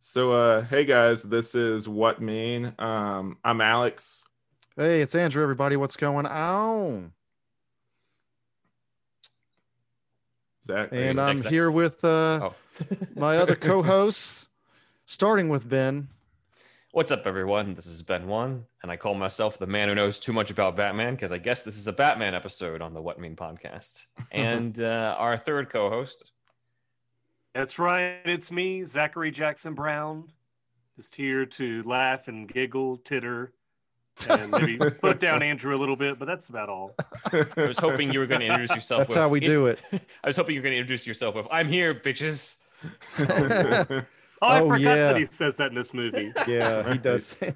So, uh, hey guys, this is What Mean. Um, I'm Alex. Hey, it's Andrew, everybody. What's going on? Zach, are you- And next I'm up? here with uh, Oh. my other co hosts, starting with Ben. What's up, everyone? This is Ben One, and I call myself the man who knows too much about Batman because I guess this is a Batman episode on the What Mean podcast. And uh, our third co-host, That's right. It's me, Zachary Jackson Brown, just here to laugh and giggle, titter, and maybe put down Andrew a little bit, but that's about all. I was hoping you were going to introduce yourself. That's with, how we do it. I was hoping you were going to introduce yourself with "I'm here, bitches." Oh, I Oh, forgot yeah. that he says that in this movie. Yeah, he does. There'll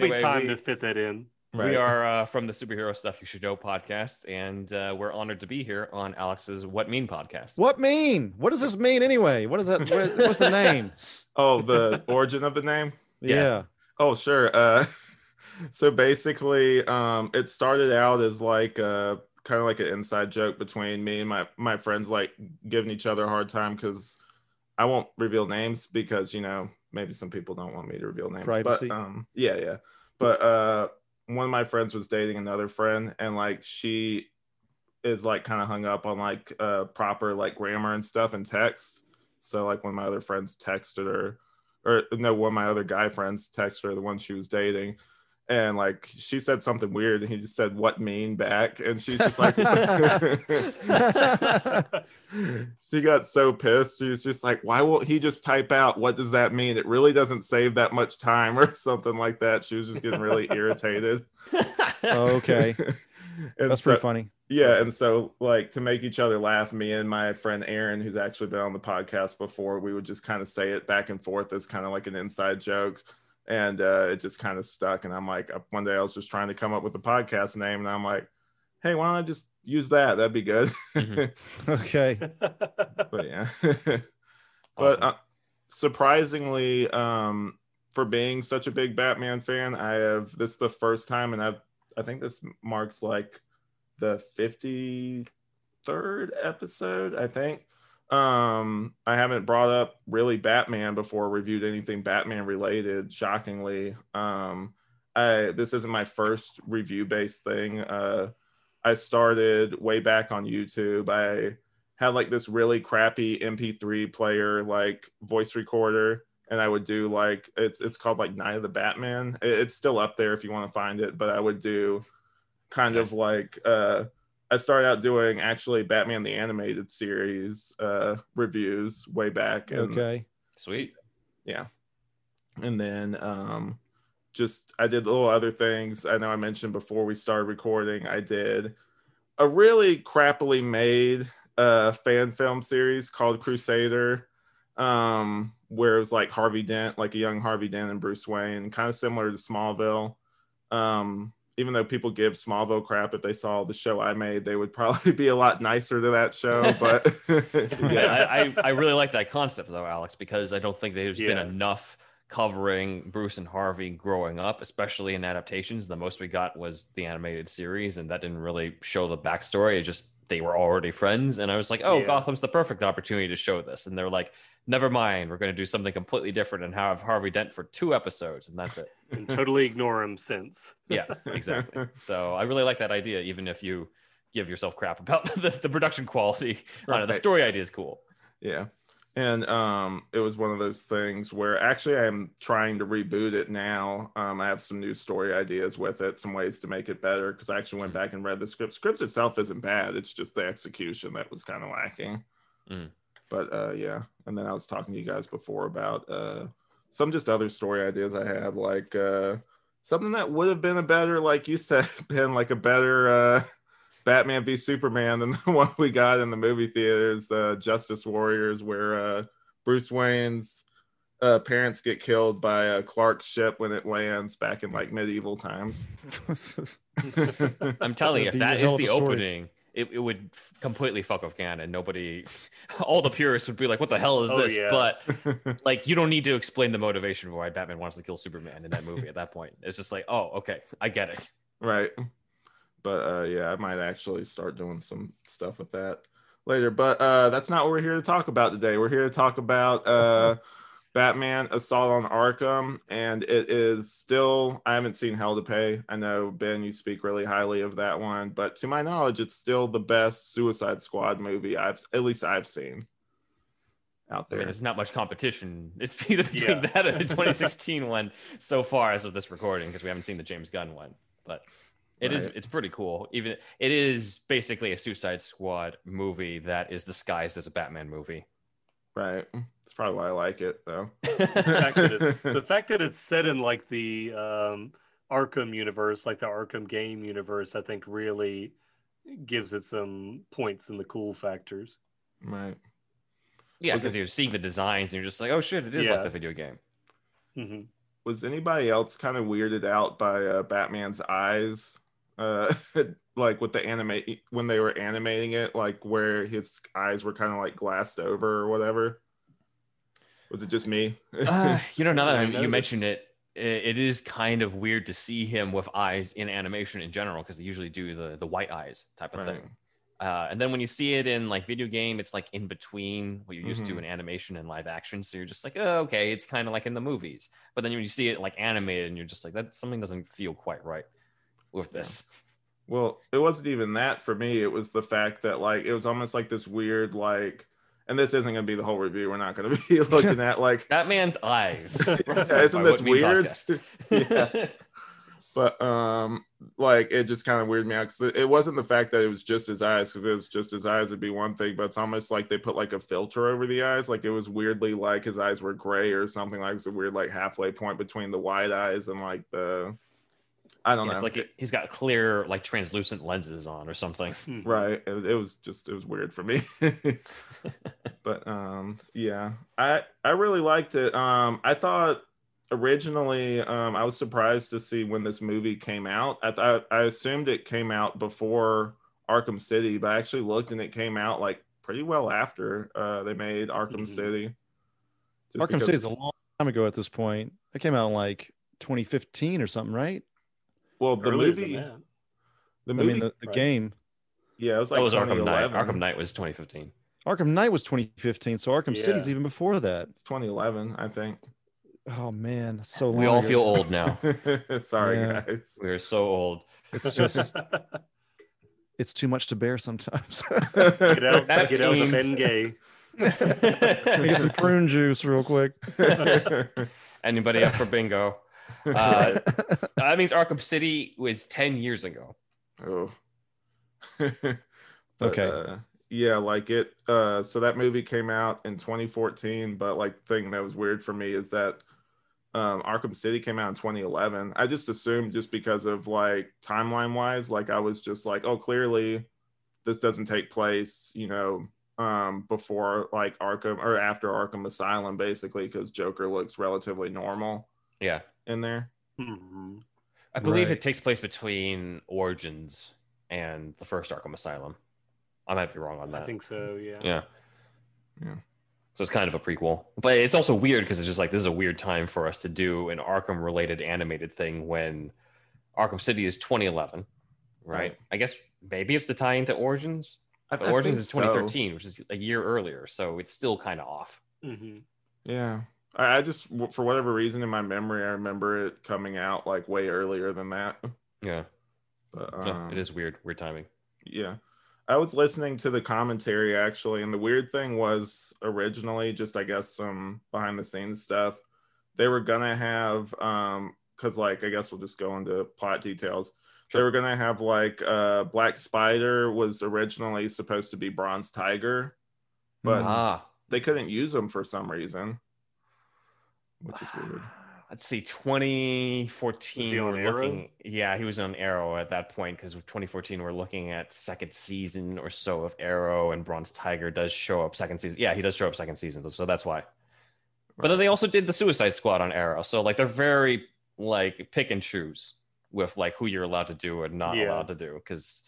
Anyway, be time we- to fit that in. We Right. are uh, from the Superhero Stuff You Should Know podcast, and uh, we're honored to be here on Alex's What Mean podcast. what mean? What does this mean anyway? What is that? What is, what's the name? Oh, the origin of the name? Yeah. Yeah. Oh, sure. Uh, so basically, um, it started out as like uh, kind of like an inside joke between me and my my friends, like giving each other a hard time because I won't reveal names because you know maybe some people don't want me to reveal names. Privacy. But um, yeah, yeah. But uh, one of my friends was dating another friend, and like she is like kind of hung up on like uh, proper like grammar and stuff and text. So like when my other friends texted her, or no, one of my other guy friends texted her the one she was dating, and like she said something weird, and he just said "What mean?" back, and she's just like, she got so pissed. She was just like, "Why won't he just type out what does that mean? It really doesn't save that much time or something like that." She was just getting really irritated. Oh. okay. and That's so- pretty funny. yeah, and so like to make each other laugh, me and my friend Aaron, who's actually been on the podcast before, we would just kind of say it back and forth as kind of like an inside joke, and uh, it just kind of stuck. And I'm like, uh, one day I was just trying to come up with a podcast name, and I'm like, hey, why don't I just use that? That'd be good. Mhm. Okay. but yeah, but uh, surprisingly, um, for being such a big Batman fan, I have this is the first time, and I've I think this marks like the 53rd episode, I think. Um, I haven't brought up really Batman before, reviewed anything Batman related, shockingly. Um, I this isn't my first review based thing. Uh, I started way back on YouTube. I had like this really crappy MP3 player, like voice recorder. And I would do like it's it's called like Night of the Batman. It- it's still up there if you want to find it, but I would do kind of like uh I started out doing actually Batman the animated series uh reviews way back and Okay. Sweet. and then um just i did little other things i know i mentioned before we started recording i did a really crappily made uh fan film series called crusader um where it was like harvey dent like a young harvey dent and bruce wayne kind of similar to smallville um even though people give smallville crap if they saw the show i made they would probably be a lot nicer to that show but Yeah, yeah I, I, I really like that concept though, Alex, because I don't think there's been Yeah. enough covering Bruce and Harvey growing up, especially in adaptations. The most we got was the animated series, and that didn't really show the backstory. It just they were already friends, and I was like, "Oh, Yeah. Gotham's the perfect opportunity to show this." And they're like, "Never mind, we're going to do something completely different and have Harvey Dent for two episodes, and that's it." and totally ignore him since. Yeah, exactly. so I really like that idea, even if you give yourself crap about the, the production quality. I know, the Right. story idea is cool. Yeah. And um, it was one of those things where actually I'm trying to reboot it now. Um, I have some new story ideas with it, some ways to make it better. Because I actually went back and read the script. Scripts itself isn't bad. It's just the execution that was kind of lacking. Mm. But uh, yeah. And then I was talking to you guys before about uh, some just other story ideas I had, like uh, something that would have been a better, like you said, been like a better uh, Batman v Superman than the one we got in the movie theaters, uh, Justice Warriors, where uh, Bruce Wayne's uh, parents get killed by uh, Clark's ship when it lands back in like medieval times. I'm telling you, That'd if be that a hell is of a the story. opening, it, it would f- completely fuck off canon. Nobody, all the purists would be like, "What the hell is Oh, this?" yeah. But like, you don't need to explain the motivation for why Batman wants to kill Superman in that movie. At that point, it's just like, "Oh, okay, I get it." right but uh yeah i might actually start doing some stuff with that later but uh that's not what we're here to talk about today we're here to talk about uh Batman Assault on Arkham, and it is still, I haven't seen Hell to Pay. I know, Ben, you speak really highly of that one, but to my knowledge, it's still the best Suicide Squad movie I've, at least I've seen out I mean, there. there's not much competition. It's either between Yeah. that and the 2016 one so far as of this recording because we haven't seen the James Gunn one, but it is Right. it's pretty cool. Even it is basically a Suicide Squad movie that is disguised as a Batman movie. Right. That's probably why I like it, though. The fact that it's, the fact that it's set in like the um, Arkham universe, like the Arkham game universe, I think really gives it some points in the cool factors. Right. yeah, Was because it- you're seeing the designs and you're just like, oh shit, it is Yeah. like the video game. hmm Was anybody else kind of weirded out by uh, Batman's eyes? Uh, like with the animate when they were animating it, like where his eyes were kind of like glassed over or whatever. Was it just me? Uh, you know, now that I I noticed. you mentioned it, i- it is kind of weird to see him with eyes in animation in general because they usually do the the white eyes type of Right. thing. Uh, and then when you see it in like video game, it's like in between what you're used to Mhm. in animation and live action. So you're just like, oh, okay, it's kind of like in the movies. But then when you see it like animated, and you're just like, that something doesn't feel quite right with Yeah. this. Well, it wasn't even that for me. It was the fact that like it was almost like this weird like, and this isn't going to be the whole review. We're not going to be looking at like, Batman's eyes. Yeah, isn't By this What Mean weird? Podcast. Yeah. but um, like it just kind of weirded me out because it wasn't the fact that it was just his eyes. Because it was just his eyes would be one thing, but it's almost like they put like a filter over the eyes. Like it was weirdly like his eyes were gray or something. Like it's a weird like halfway point between the wide eyes and like the, I don't Yeah, know. it's like he- he's got clear, like translucent lenses on or something. Mm-hmm. right it, it was just it was weird for me but um yeah i i really liked it um i thought originally um i was surprised to see when this movie came out i thought i assumed it came out before arkham city but i actually looked and it came out like pretty well after uh they made arkham Mhm. city Just Arkham because- City is a long time ago at this point. It came out in like 2015 or something, right? well the Earlier than movie that. the I movie mean, the, the right. game. yeah it was That like was Arkham Knight. 2011 Arkham Knight was 2015. Arkham Knight was 2015, so Arkham City's Yeah. even before that. It's 2011 i think Oh man, it's so We long all ago. feel old now. sorry Yeah. guys We are so old. It's just it's too much to bear sometimes. get out, That get out of means- Ben Gay. Let me get some prune juice real quick. Uh, Anybody up for bingo? Uh, that means Arkham City was 10 years ago. Oh. Okay. uh, yeah, like it. Uh, so that movie came out in 2014, but like the thing that was weird for me is that um, Arkham City came out in 2011. I just assumed just because of like timeline wise, like I was just like, oh, clearly this doesn't take place, you know, um, before like Arkham or after Arkham Asylum, basically, because Joker looks relatively normal Yeah. in there. Mhm. I believe Right. it takes place between Origins and the first Arkham Asylum. I might be wrong on that. I think so. Yeah. Yeah. Yeah. So it's kind of a prequel, but it's also weird because it's just like this is a weird time for us to do an Arkham related animated thing when Arkham City is 2011, right? Right. I guess maybe it's the tie into Origins. I, But I Origins think is so. 2013, which is a year earlier, so it's still kind of off. Mhm. Yeah. I, I just, w- for whatever reason, in my memory, I remember it coming out like way earlier than that. Yeah, Uh-huh. But, No, um, it is weird, weird timing. Yeah. I was listening to the commentary actually, and the weird thing was originally just, I guess, some behind the scenes stuff. They were going to have, um, because like, I guess we'll just go into plot details. They Sure. were going to have like uh, Black Spider was originally supposed to be Bronze Tiger, but Ah, they couldn't use him for some reason, which is weird. let's see, 2014. Was he on we're Arrow? looking, yeah, he was on Arrow at that point because 2014 we're looking at second season or so of Arrow, and Bronze Tiger does show up second season. Yeah, he does show up second season, so that's why. But then they also did the Suicide Squad on Arrow, so like they're very like pick and choose with like who you're allowed to do and not Yeah. allowed to do because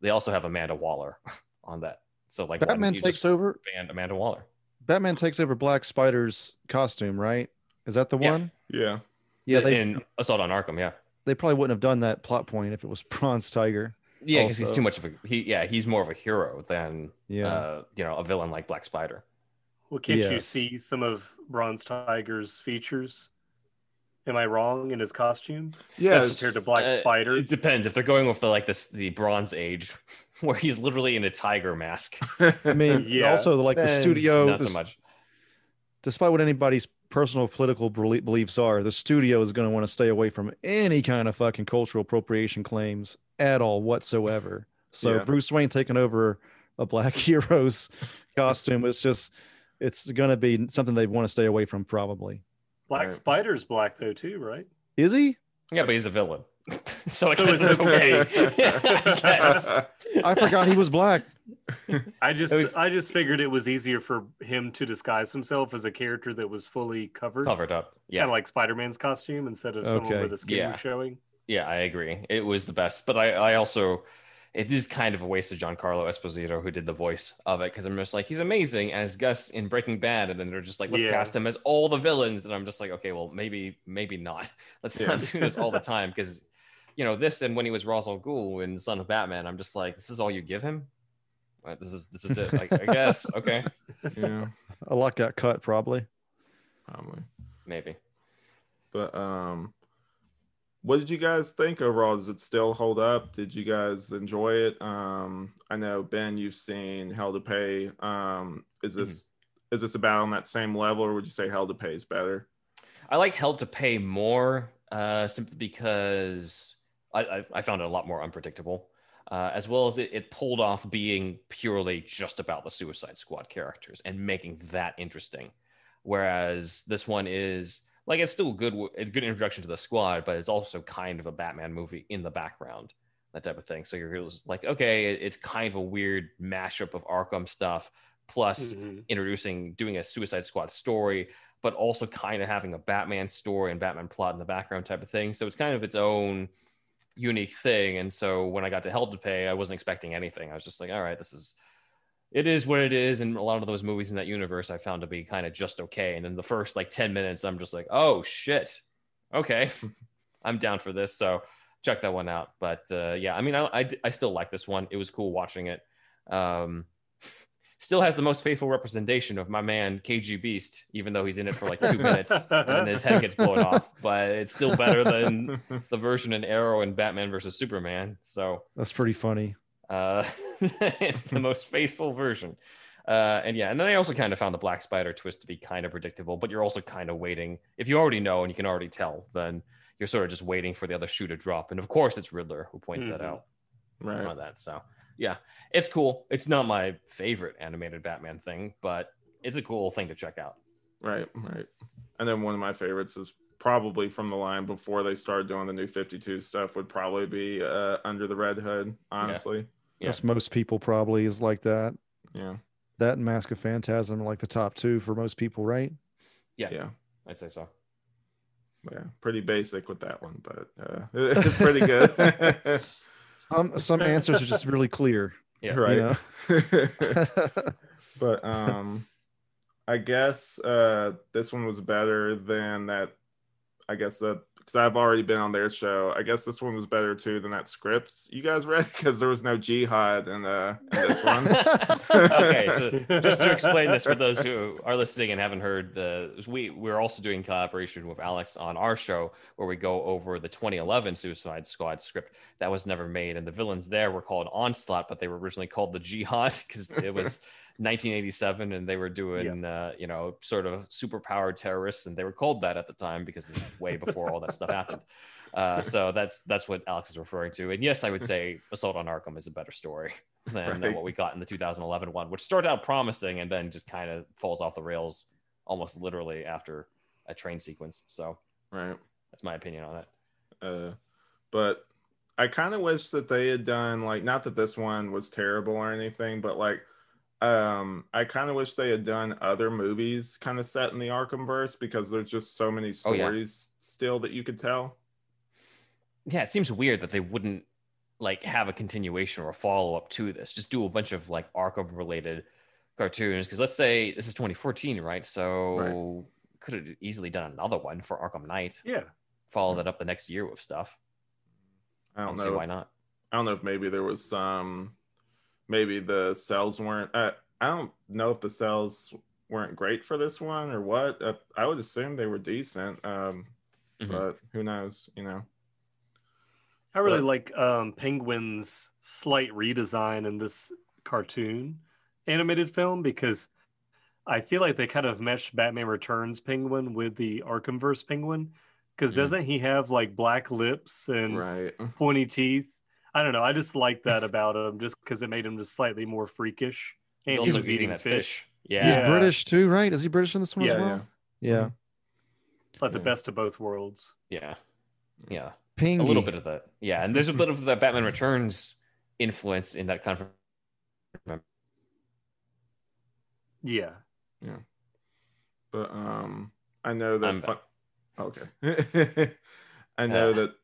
they also have Amanda Waller on that. So like why Batman didn't you takes just over. ban Amanda Waller. Batman takes over Black Spider's costume, right? Is that the Yeah. one? Yeah. Yeah, they in Assault on Arkham, yeah. they probably wouldn't have done that plot point if it was Bronze Tiger. Yeah, because he's Also- too much of a he. Yeah, he's more of a hero than Yeah. uh, you know a villain like Black Spider. Well, can't you Yes. see some of Bronze Tiger's features? Am I wrong in his costume Yes. compared to Black Uh, Spider? It depends if they're going with the like this the Bronze Age, where he's literally in a tiger mask. I mean, Yeah. also like the then studio. not the so much. despite what anybody's personal political belie- beliefs are, the studio is going to want to stay away from any kind of fucking cultural appropriation claims at all whatsoever. So Yeah. Bruce Wayne taking over a black hero's costume was just it's going to be something they want to stay away from probably. Black Right. Spider's black though too, right? Is he? Yeah, but he's a villain, so I So guess it's it's okay. I guess. I forgot he was black. I just It was- I just figured it was easier for him to disguise himself as a character that was fully covered, covered up. kind of Yeah, like Spider-Man's costume instead of someone Okay. with a skin Yeah. showing. yeah, I agree. It was the best, but I, I also. It is kind of a waste of Giancarlo Esposito, who did the voice of it, because I'm just like, he's amazing as Gus in Breaking Bad, and then they're just like, let's Yeah. cast him as all the villains, and I'm just like, okay, well, maybe, maybe not. Let's Yeah. not do this all the time, because, you know, this and when he was Ra's al Ghul in Son of Batman, I'm just like, this is all you give him. Like, this is this is it. Like, I guess, okay, yeah, A lot got cut probably. probably. maybe. But um, what did you guys think overall? Does it still hold up? Did you guys enjoy it? Um, I know Ben, you've seen Hell to Pay. Um, is this is this about on that same level, or would you say Hell to Pay is better? I like Help to Pay more uh, simply because I, I, I found it a lot more unpredictable, uh, as well as it, it pulled off being purely just about the Suicide Squad characters and making that interesting. Whereas this one is like it's still good, it's good introduction to the squad, but it's also kind of a Batman movie in the background, that type of thing. So you're just like, okay, it- it's kind of a weird mashup of Arkham stuff plus Mhm. introducing doing a suicide squad story but also kind of having a batman story and batman plot in the background type of thing so it's kind of its own unique thing and so when i got to hell to pay i wasn't expecting anything i was just like all right this is it is what it is and a lot of those movies in that universe i found to be kind of just okay and then the first like 10 minutes i'm just like oh shit okay i'm down for this so check that one out but uh, yeah i mean I, I i still like this one it was cool watching it um still has the most faithful representation of my man KG Beast, even though he's in it for like two minutes and then his head gets blown off. But it's still better than the version in Arrow and Batman versus Superman. So That's pretty funny. uh, it's the most faithful version. Uh, and yeah, and then I also kind of found the Black Spider twist to be kind of predictable, but you're also kind of waiting. If you already know and you can already tell, then you're sort of just waiting for the other shoe to drop. And of course, it's Riddler who points that Mhm. out right. on that. So yeah, it's cool. It's not my favorite animated Batman thing, but it's a cool thing to check out. Right, right. And then one of my favorites is probably from the line before they started doing the new 52 stuff would probably be uh, Under the Red Hood, honestly. Yeah. That's most people probably is like that. Yeah. That and Mask of Phantasm are like the top two for most people, right? Yeah. Yeah. Yeah. I'd say so. Pretty basic with that one, but uh, it- it's pretty good. Some some answers are just really clear. Yeah. right. yeah, but um I guess uh this one was better than that I guess that because I've already been on their show. I guess this one was better too than that script you guys read because there was no jihad in uh in this one. okay, so Mm-hmm. just to explain this for those who are listening and haven't heard, the we we're also doing collaboration with Alex on our show where we go over the 2011 Suicide Squad script that was never made, and the villains there were called Onslaught, but they were originally called the Jihad because it was 1987, and they were doing uh, you know sort of superpowered terrorists, and they were called that at the time because it's way before all that stuff happened. Uh, so that's that's what Alex is referring to, and yes, I would say Assault on Arkham is a better story than uh, Right. what we got in the 2011 one, which started out promising and then just kind of falls off the rails almost literally after a train sequence. So right. that's my opinion on it. Uh but I kind of wish that they had done like not that this one was terrible or anything, but like um I kind of wish they had done other movies kind of set in the Arkhamverse because there's just so many Oh, yeah. stories still that you could tell. Yeah, it seems weird that they wouldn't like have a continuation or a follow up to this. Just do a bunch of like Arkham related cartoons because let's say this is 2014, right? So could have easily done another one for Arkham Knight. Yeah. Follow that up the next year with stuff. I I don't don't know. see if- why not. I don't know if maybe there was some, maybe the cells weren't. Uh, I don't know if the cells weren't great for this one or what. Uh, I would assume they were decent, um, Mhm. but who knows? You know. I really But- like um, Penguin's slight redesign in this cartoon animated film because I feel like they kind of meshed Batman Returns Penguin with the Arkhamverse Penguin because Mhm. doesn't he have like black lips and Right. pointy teeth? I don't know. I just like that about him just because it made him just slightly more freakish. He's And also he was eating, that fish. Yeah. He's Yeah. British too, right? Is he British in this one Yeah, as well? Yeah. It's like the Yeah. best of both worlds. Yeah. Yeah. Pingy. A little bit of that. Yeah. And there's a bit of the Batman Returns influence in that kind of Yeah. But um, I know that. I'm Fun- okay. I know Uh. that.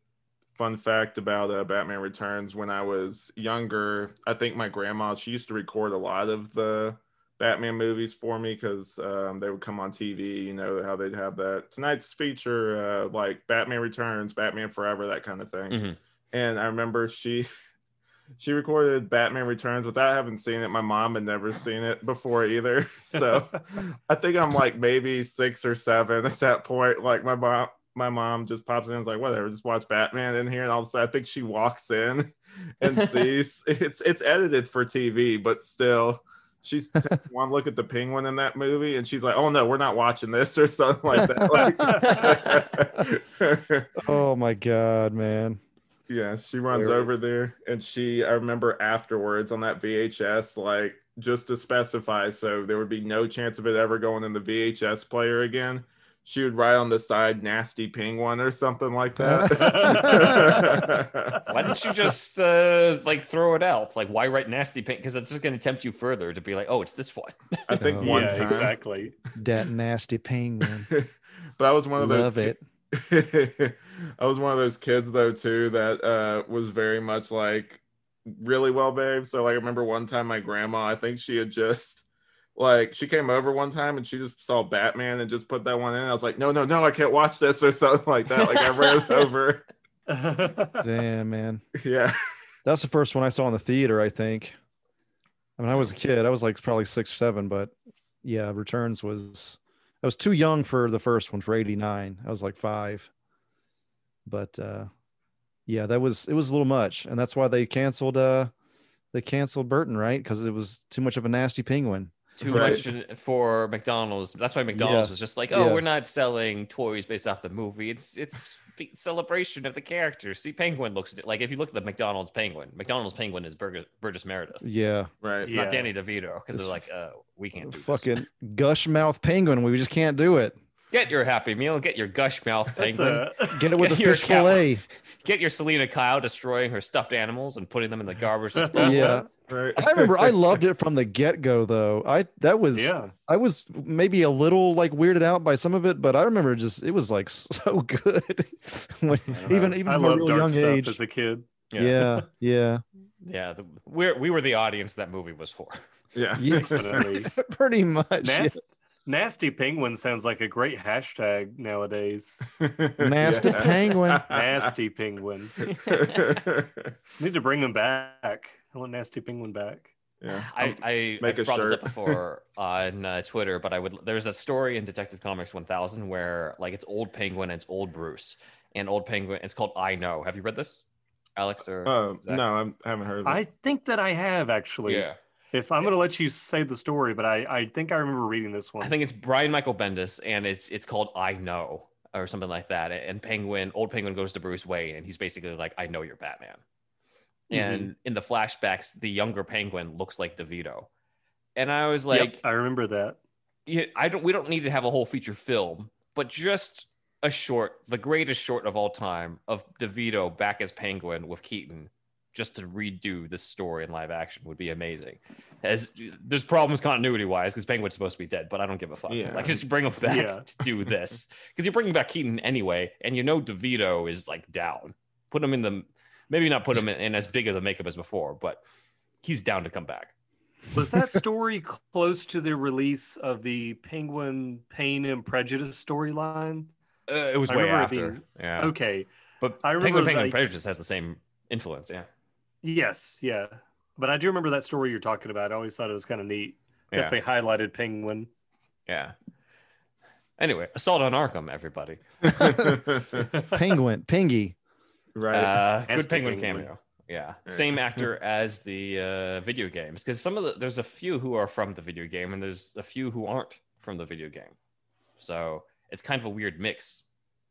Fun fact about uh, Batman Returns: When I was younger, I think my grandma she used to record a lot of the Batman movies for me because um, they would come on TV. You know how they'd have that tonight's feature, uh, like Batman Returns, Batman Forever, that kind of thing. Mhm. And I remember she she recorded Batman Returns without having seen it. My mom had never seen it before either, so I think I'm like maybe six or seven at that point. Like my mom, my mom just pops in and is like, whatever, just watch Batman in here. And all of a sudden I think she walks in and sees it's it's edited for TV, but still she's taking one look at the penguin in that movie and she's like, Oh no, we're not watching this or something like that. Like, Oh my god, man. yeah, she runs Hilarious. over there and she I remember afterwards on that VHS, like just to specify so there would be no chance of it ever going in the VHS player again. She would write on the side nasty penguin or something like that. Why don't you just uh, like throw it out? Like, why write nasty paint? Because that's just going to tempt you further to be like, oh, it's this one. I think Oh. one yeah, time. exactly. That nasty penguin. but I was one of those Love ki- it. I was one of those kids though too that uh, was very much like really well behaved. So like I remember one time my grandma, I think she had just like she came over one time and she just saw Batman and just put that one in. I was like, no, no, no, I can't watch this or something like that. Like I ran over. Damn, man. Yeah, That's the first one I saw in the theater, I think. I mean, I was a kid. I was like probably six or seven, but yeah, Returns was. I was too young for the first one for '89. I was like five, but uh, yeah, that was it was a little much, and that's why they canceled. Uh, they canceled Burton, right? Because it was too much of a nasty penguin. Too Right. much in- for McDonald's. That's why McDonald's Yeah. was just like, oh, Yeah. we're not selling toys based off the movie. It's it's fe- celebration of the character. See, Penguin looks like if you look at the McDonald's Penguin, McDonald's Penguin is Burgess, Burgess Meredith, Yeah, right. Yeah. not Danny DeVito, It's because they're like, uh, we can't do this. fucking gush mouth penguin. We just can't do it. Get your Happy Meal. Get your gush mouth That's penguin. a- Get it with a You're a fish coward. fillet. Get your Selena Kyle destroying her stuffed animals and putting them in the garbage disposal. Yeah, Right. I remember. I loved it from the get go, though. I that was yeah. I was maybe a little like weirded out by some of it, but I remember just it was like so good. when, know. even even I from a love real dark young stuff age. as a kid. yeah, yeah, yeah, Yeah, the, we're, we were the audience that movie was for. Yeah. Yes. Definitely. pretty much. yeah. Nas- Nasty penguin sounds like a great hashtag nowadays. Nasty penguin. Nasty penguin. Need to bring him back. I want nasty penguin back. yeah. I, I, Um, make I've a brought this shirt. up before on uh, Twitter, but I would there's that story in Detective Comics 1000 where like it's old Penguin and it's old Bruce and old Penguin. It's called I Know. Have you read this, Alex? Or Oh Zach? no, I'm, I haven't heard of it. I think that I have actually. yeah, If I'm gonna let you say the story, but I, I think I remember reading this one. I think it's Brian Michael Bendis, and it's it's called I Know or something like that. And Penguin, old Penguin, goes to Bruce Wayne, and he's basically like, I know you're Batman. Mm-hmm. Mm-hmm. And in the flashbacks, the younger Penguin looks like DeVito, and I was Yep, like, I remember that. yeah, I don't. We don't need to have a whole feature film, but just a short, the greatest short of all time of DeVito back as Penguin with Keaton, just to redo this story in live action would be amazing. As there's problems continuity wise because Penguin's supposed to be dead, but I don't give a fuck. Yeah. Like just bring him back Yeah. to do this because you're bringing back Keaton anyway, and you know DeVito is like down. Put him in the maybe not put him in, in as big of a makeup as before, but he's down to come back. Was that story close to the release of the Penguin Pain and Prejudice storyline? Uh, it was I way remember it after. being- yeah. Okay. But I remember Penguin, that Penguin I- Prejudice has the same influence, yeah. Yes, yeah. But I do remember that story you're talking about. I always thought it was kind of neat. Yeah. If they highlighted Penguin. Yeah. Anyway, assault on Arkham, everybody. Penguin, Pingy. right. Uh, good Fantastic penguin Penguin. cameo. Yeah, same actor as the uh, video games because some of the there's a few who are from the video game and there's a few who aren't from the video game, so it's kind of a weird mix,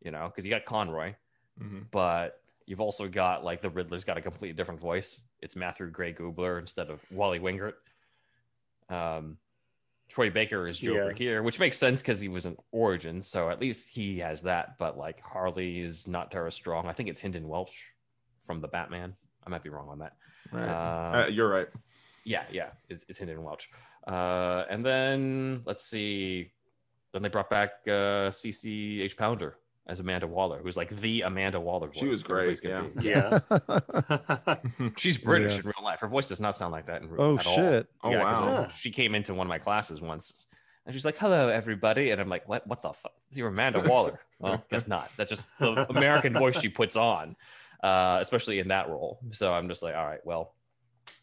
you know, because you got Conroy, Mhm. but you've also got like the Riddler's got a completely different voice. It's Matthew Gray Goobler instead of Wally Wingert. Um, Troy Baker is Joker Yeah. here, which makes sense because he was an origin, so at least he has that. But like Harley is not Tara Strong. I think it's Hinden Welch from the Batman. I might be wrong on that. Right. Uh, Uh, you're right. yeah, yeah, it's, it's Hinden Welch. Uh, and then let's see. Then they brought back uh, CC H Pounder as Amanda Waller, who's like the Amanda Waller. Voice She was great, everybody's gonna yeah. be. Yeah. Oh, She's British Yeah. in real life. Her voice does not sound like that in real oh at all. shit. Oh Yeah, 'cause, uh, wow. Huh. She came into one of my classes once and she's like, hello, everybody. And I'm like, what, what the fuck? You're Amanda Waller. well, that's not. That's just the American voice she puts on, uh, especially in that role. So I'm just like, all right, well,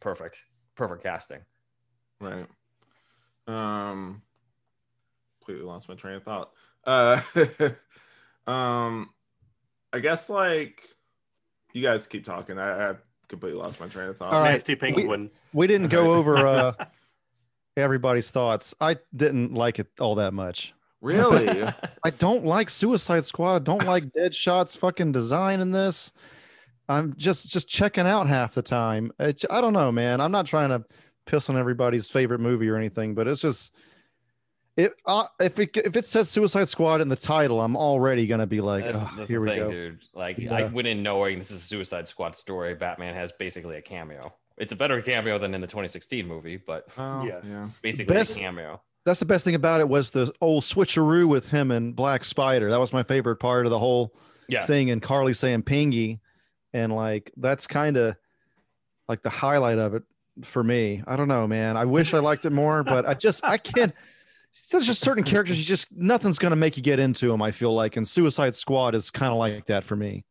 perfect. Perfect casting. Right. Um completely lost my train of thought. Uh um I guess like you guys keep talking. I, I completely lost my train of thought. All right. Nasty penguin. We didn't go over uh, everybody's thoughts. I didn't like it all that much. Really? I don't like Suicide Squad. I don't like Deadshot's fucking design in this. I'm just just checking out half the time. It, I don't know, man. I'm not trying to piss on everybody's favorite movie or anything, but it's just it. Uh, if it if it says Suicide Squad in the title, I'm already gonna be like, that's, "Ugh, that's here the we thing, go. dude. Like, I Yeah. went in knowing this is a Suicide Squad story. Batman has basically a cameo. It's a better cameo than in the 2016 movie, but Oh, yeah. yes. basically Best- a cameo. That's the best thing about it was the old switcheroo with him and Black Spider. That was my favorite part of the whole Yeah. thing and Carly saying pingy and like that's kind of like the highlight of it for me. I don't know, man. I wish I liked it more, but I just I can't there's just certain characters you just nothing's going to make you get into them, I feel like. And Suicide Squad is kind of like that for me.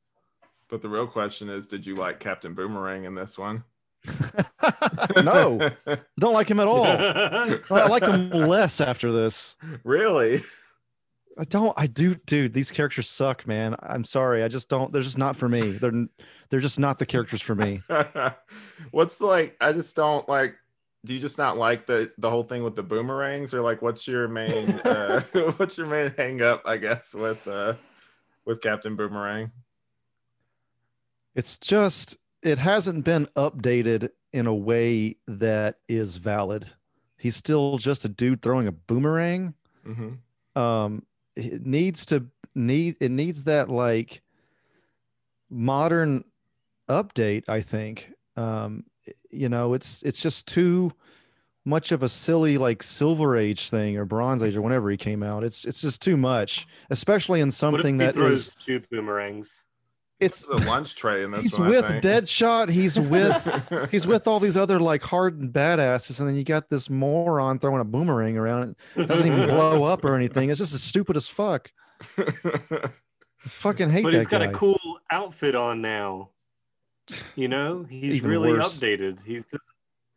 But the real question is, did you like Captain Boomerang in this one? no, don't like him at all. I liked him less after this. really? I don't. I do, dude. These characters suck, man. I'm sorry. I just don't. They're just not for me. They're they're just not the characters for me. what's like I just don't like do you just not like the the whole thing with the boomerangs or like what's your main uh what's your main hang up I guess with uh with Captain Boomerang? It's just it hasn't been updated in a way that is valid. He's still just a dude throwing a boomerang. Mm-hmm. Um, it needs to need it needs that like modern update. I think. Um, you know, it's it's just too much of a silly like Silver Age thing or Bronze Age or whenever he came out. It's it's just too much, especially in What if he something that throws is two boomerangs? it's the lunch tray in this he's one. I with think. Deadshot. He's with he's with all these other like hardened badasses, and then you got this moron throwing a boomerang around. It doesn't even blow up or anything. It's just as stupid as fuck. I fucking hate but that he's got guy. a cool outfit on now. You know, he's Even really worse. updated. He's just,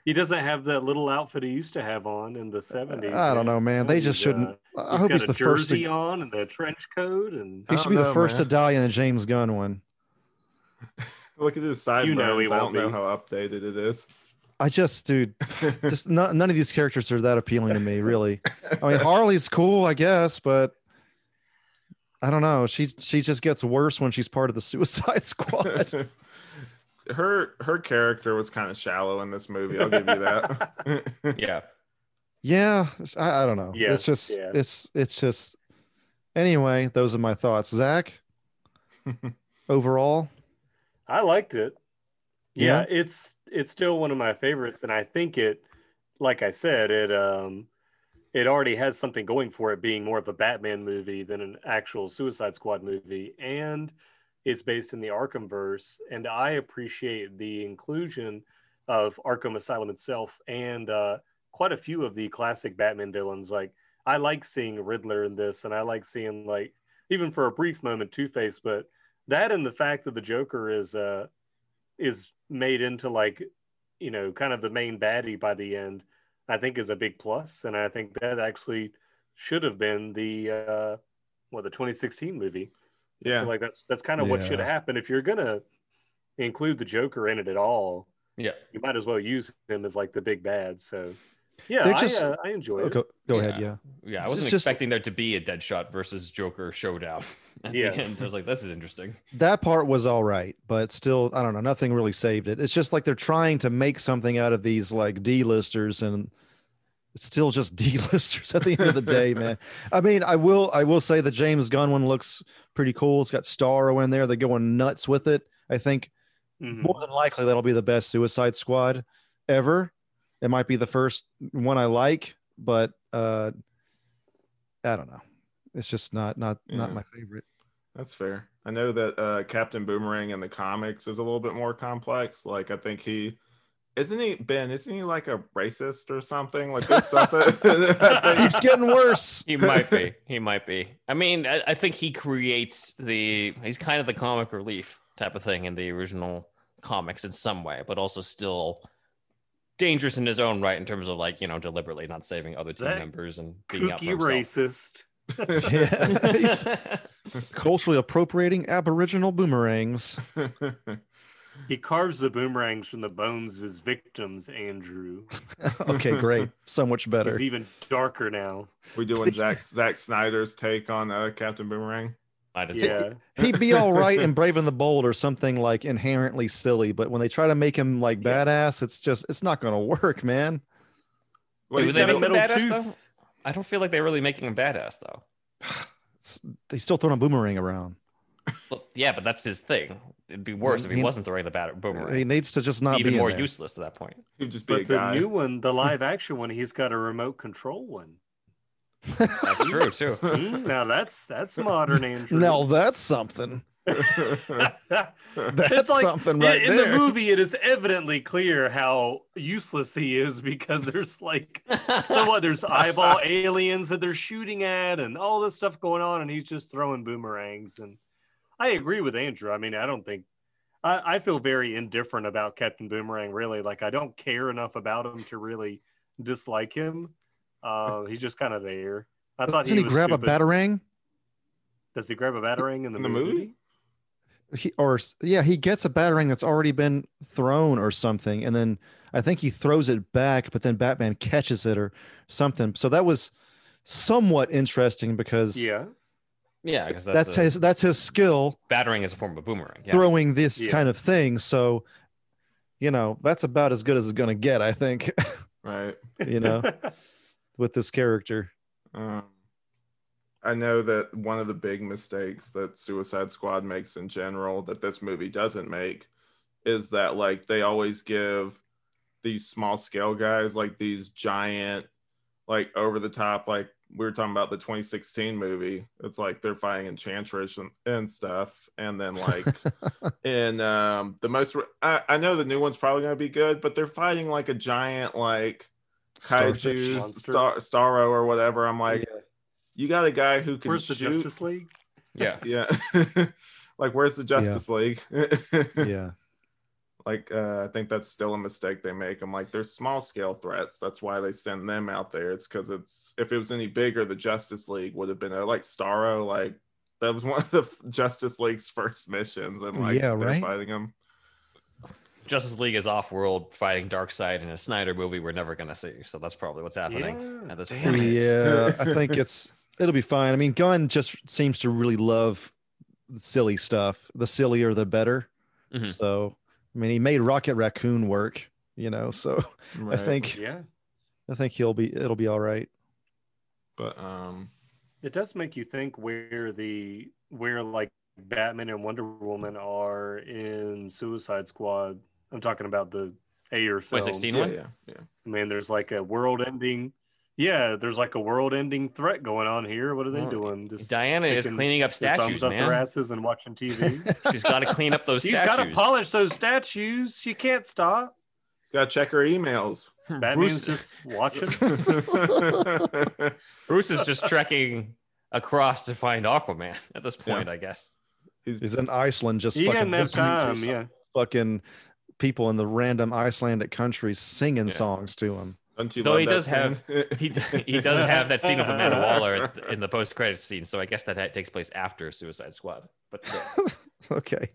he doesn't have that little outfit he used to have on in the seventies. uh, I don't know, man. They just shouldn't. I hope got he's a the first. To, jersey he on and the trench coat, and I should don't be the know, first man. to die in the James Gunn one. Look at his sideburns. You know he I don't won't know be. how updated it is. I just, dude, just no, none of these characters are that appealing to me, really. I mean, Harley's cool, I guess, but I don't know. She she just gets worse when she's part of the Suicide Squad. her her character was kind of shallow in this movie. I'll give you that. Yeah. Yeah, it's- I, I don't know. Yes, it's just yeah. it's it's just. Anyway, those are my thoughts. Zach, overall, I liked it. Yeah, Yeah? it's it's still one of my favorites, and I think it, like I said, it um, it already has something going for it being more of a Batman movie than an actual Suicide Squad movie, and it's based in the Arkhamverse, and I appreciate the inclusion of Arkham Asylum itself and uh, quite a few of the classic Batman villains. Like I like seeing Riddler in this, and I like seeing like even for a brief moment Two Face, but that and the fact that the Joker is uh is made into like you know kind of the main baddie by the end i think is a big plus and i think that actually should have been the uh, well the 2016 movie. Yeah. Like that's that's kind of what should Yeah. have happened if you're gonna include the Joker in it at all. Yeah. you might as well use him as like the big bad. So yeah, They're I, just- uh, I enjoy it. go, go ahead. Yeah. Yeah, I It's- wasn't it's just- expecting there to be a Deadshot versus Joker showdown at Yeah. the end. I was like, this is interesting. That part was all right, but still, I don't know. Nothing really saved it. It's just like they're trying to make something out of these like D-listers, and it's still just D-listers at the end of the day, man. I mean, I will, I will say the James Gunn one looks pretty cool. It's got Starro in there. They're going nuts with it. I think Mhm. more than likely that'll be the best Suicide Squad ever. It might be the first one I like, but uh I don't know. It's just not not not Yeah. my favorite. That's fair. I know that uh, Captain Boomerang in the comics is a little bit more complex. Like I think he isn't he Ben, isn't he like a racist or something? Like there's something I Keeps think- getting worse. He might be. He might be. I mean, I, I think he creates the. He's kind of the comic relief type of thing in the original comics in some way, but also still dangerous in his own right in terms of like you know deliberately not saving other team That members and being out for kooky himself. racist. Yeah. He's culturally appropriating aboriginal boomerangs. He carves the boomerangs from the bones of his victims. Andrew, okay, great. So much better. he's even darker now. we doing Zack Zack Snyder's take on uh, Captain Boomerang. I just- Yeah, He'd be all right in Brave and the Bold or something like inherently silly, but when they try to make him like Yeah. badass, it's just it's not gonna work, man. What Do he's they got a make him little- badass, I don't feel like they're really making him badass though. It's, they still throwing a boomerang around. But, yeah, but that's his thing. It'd be worse if he He- wasn't throwing the bat- boomerang. He needs to just not even be in more there. useless at that point. he'd just be a But the guy. new one, the live action one, he's got a remote control one. That's true too. Mm, now that's that's modern Andrew. Now that's something. That's It's like- something In- right in there. the movie, it is evidently clear how useless he is because there's like, so what? There's eyeball aliens that they're shooting at, and all this stuff going on, and he's just throwing boomerangs. And I agree with Andrew. I mean, I don't think I, I feel very indifferent about Captain Boomerang. Really, like I don't care enough about him to really dislike him. Uh, he's just kind of there. I thought Doesn't he, he, was grab stupid. a batarang? Does he grab a batarang in the, In the movie? movie? He, or s- yeah, he gets a batarang that's already been thrown or something, and then I think he throws it back, but then Batman catches it or something. So that was somewhat interesting because Yeah. yeah, because that's, that's, a- his that's his skill battering is a form of boomerang. Yeah. throwing this Yeah. kind of thing. So you know that's about as good as it's gonna get, I think, right. You know? with this character. Um, I know that one of the big mistakes that Suicide Squad makes in general, that this movie doesn't make, is that like they always give these small scale guys like these giant, like over the top, like we were talking about the 2016 movie. It's like they're fighting Enchantress and, and stuff, and then like in um the most. re- I, I know the new one's probably gonna be good, but they're fighting like a giant like Starfish. kaiju, Monster. star, Starro or whatever. I'm like, you got a guy who can Where's the shoot. Justice League? Yeah. yeah. like where's the Justice League? yeah, Like uh, I think that's still a mistake they make. I'm like, they're small scale threats. That's why they send them out there. It's because it's if it was any bigger, the Justice League would have been there. Like Starro, like that was one of the Justice League's first missions, and like Yeah, they're right? fighting them. Justice League is off world fighting Darkseid in a Snyder movie we're never going to see. So that's probably what's happening Yeah. at this Damn point. it. yeah. I think it's it'll be fine. I mean, Gunn just seems to really love silly stuff. The sillier, the better. Mhm. So, I mean, he made Rocket Raccoon work. You know, so I Right. think Yeah. I think he'll be it'll be all right. but um, It does make you think where the where like Batman and Wonder Woman are in Suicide Squad. I'm talking about the Ayer film. 16? yeah, Anyone? yeah, yeah. I mean, there's like a world ending. Yeah, there's like a world ending threat going on here. What are they Well, doing? Just Diana is sticking cleaning up their Mm. statues, thumbs up their man. asses and watching TV. She's got to clean up those She's statues. got to polish those statues. She can't stop. Gotta check her emails. Batman's just watching. Bruce is just trekking across to find Aquaman at this point, I guess. He's in Iceland, just He fucking didn't have listening to time. some Yeah. fucking people in the random Icelandic countries singing Yeah. songs to him. Don't you Though love he that does have- scene? He, d- he does have that scene with Amanda Waller at- in the post credits scene, so I guess that ha- takes place after Suicide Squad. But still. okay,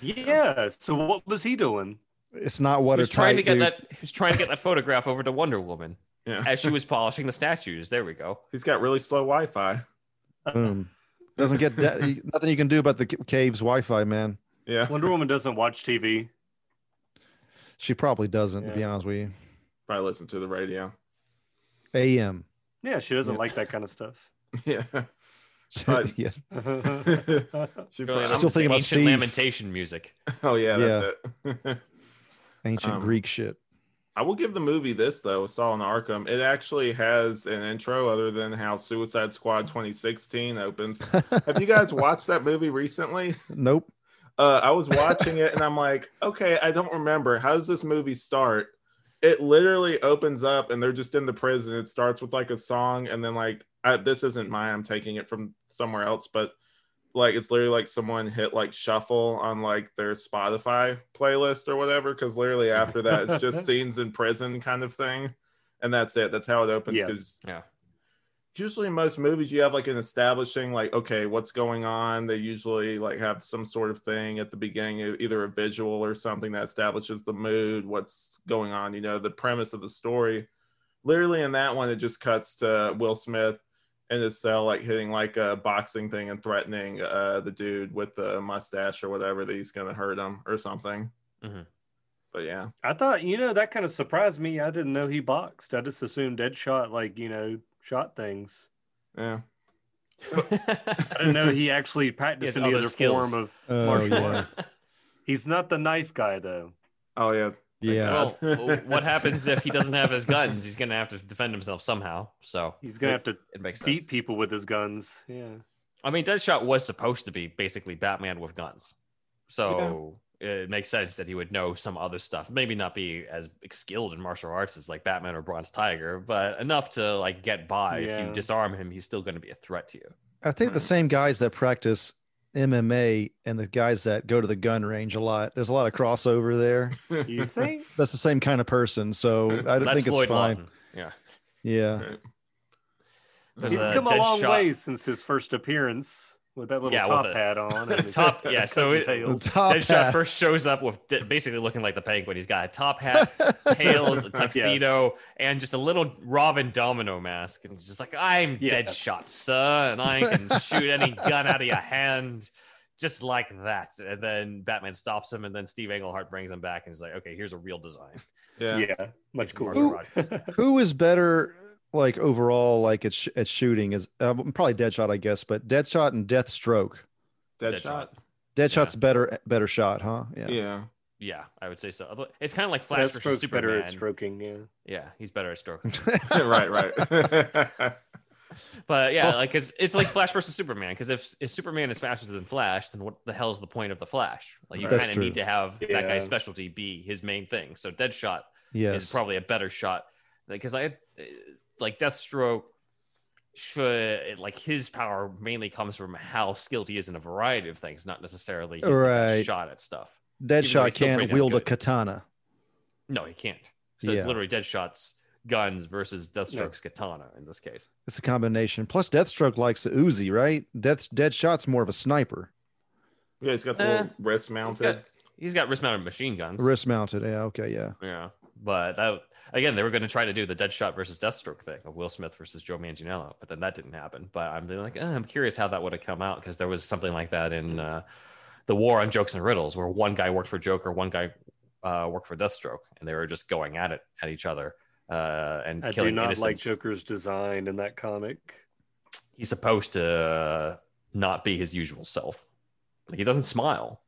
Yeah. So what was he doing? it's not what who's it's trying to get that who's trying to get that photograph over to Wonder Woman Yeah. as she was polishing the statues. There we go. He's got really slow Wi-Fi. Boom. Doesn't get da- nothing you can do about the ca- cave's Wi-Fi, man. Yeah, Wonder Woman doesn't watch TV. She probably doesn't, to be honest with you. probably listen to the radio. AM. Yeah, she doesn't Yeah. like that kind of stuff. Yeah, Right. yeah. she Really, probably, that's still just thinking about ancient Steve. lamentation music. oh yeah, that's it. Ancient Um, Greek shit. I will give the movie this though, Saw in Arkham. It actually has an intro other than how Suicide Squad 2016 opens. Have you guys watched that movie recently? nope. Uh, I was watching it and I'm like, okay, I don't remember. How does this movie start? It literally opens up and they're just in the prison. It starts with like a song and then like I, this isn't mine. I'm taking it from somewhere else, but like it's literally like someone hit like shuffle on like their Spotify playlist or whatever. Because literally after that, it's just scenes in prison kind of thing, and that's it. That's how it opens. Yeah. 'cause Yeah. Usually, in most movies you have like an establishing, like okay, what's going on. They usually like have some sort of thing at the beginning, e-, either a visual or something that establishes the mood, what's going on. You know, the premise of the story. Literally, in that one, it just cuts to Will Smith in his cell, like hitting like a boxing thing and threatening uh, the dude with the mustache or whatever that he's gonna hurt him or something. Mhm. But yeah, I thought, you know, that kind of surprised me. I didn't know he boxed. I just assumed Deadshot, like, you know, shot things. yeah, I didn't know he actually practiced He has any other other skills. form of Oh, martial yeah. arts. He's not the knife guy, though. oh yeah, Yeah. well, what happens if he doesn't have his guns? He's gonna have to defend himself somehow. So He's going to have to it makes sense. beat people with his guns. Yeah. I mean, Deadshot was supposed to be basically Batman with guns, so it makes sense that he would know some other stuff. Maybe not be as skilled in martial arts as like Batman or Bronze Tiger, but enough to like get by. If Yeah. you disarm him, he's still going to be a threat to you. I think the same guys that practice MMA and the guys that go to the gun range a lot. There's a lot of crossover there. You think? That's the same kind of person, so I That's think it's Floyd fine. Lawton. Yeah, Yeah, Right. There's He's a come a dead long shot. way since his first appearance with that little Yeah, with top the- hat on. the and his top- yeah, so coat The and tails. top Deadshot hat. first shows up with di- basically looking like the Penguin. He's got a top hat, tails, a tuxedo, and just a little Robin Domino mask. And he's just like, "I'm Yeah. Deadshot, sir, and I can shoot any gun out of your hand." Just like that, and then Batman stops him, and then Steve Englehart brings him back, and he's like, "Okay, here's a real design." yeah, yeah. much He's cooler. Marshall Rogers. Who is better, like overall, like at, sh- at shooting is uh, probably Deadshot, I guess, but Deadshot and Deathstroke. Deadshot. Deadshot's better, better shot, huh? Yeah. Yeah, Yeah, I would say so. Although It's kind of like Flash versus Deathstroke's better Superman. at stroking. Yeah. yeah, he's better at stroking. right, right. But yeah, like 'cause it's like Flash versus Superman. Because if if Superman is faster than Flash, then what the hell is the point of the Flash? Like you That's kind of true. need to have that Yeah. guy's specialty be his main thing. So Deadshot yes. is probably a better shot because I uh, like Deathstroke should like his power mainly comes from how skilled he is in a variety of things, not necessarily he's the best Right. shot at stuff. even though Deadshot he's still can't pretty damn wield a good. katana. No, he can't. So Yeah. it's literally Deadshot's guns versus Deathstroke's katana in this case. It's a combination. Plus, Deathstroke likes the Uzi, right? Death Deadshot's more of a sniper, yeah, he's got the Uh, Eh, little wrist He's mounted. got, he's got wrist mounted machine guns. wrist mounted. Yeah. Okay. Yeah. Yeah, but that again, they were going to try to do the Deadshot versus Deathstroke thing of Will Smith versus Joe Manganiello, but then that didn't happen. But I'm being like, eh, I'm curious how that would have come out because there was something like that in uh, the War on Jokes and Riddles, where one guy worked for Joker, one guy uh, worked for Deathstroke, and they were just going at it at each other uh, and I do killing not like innocents. Joker's design in that comic. He's supposed to uh, not be his usual self. Like he doesn't smile.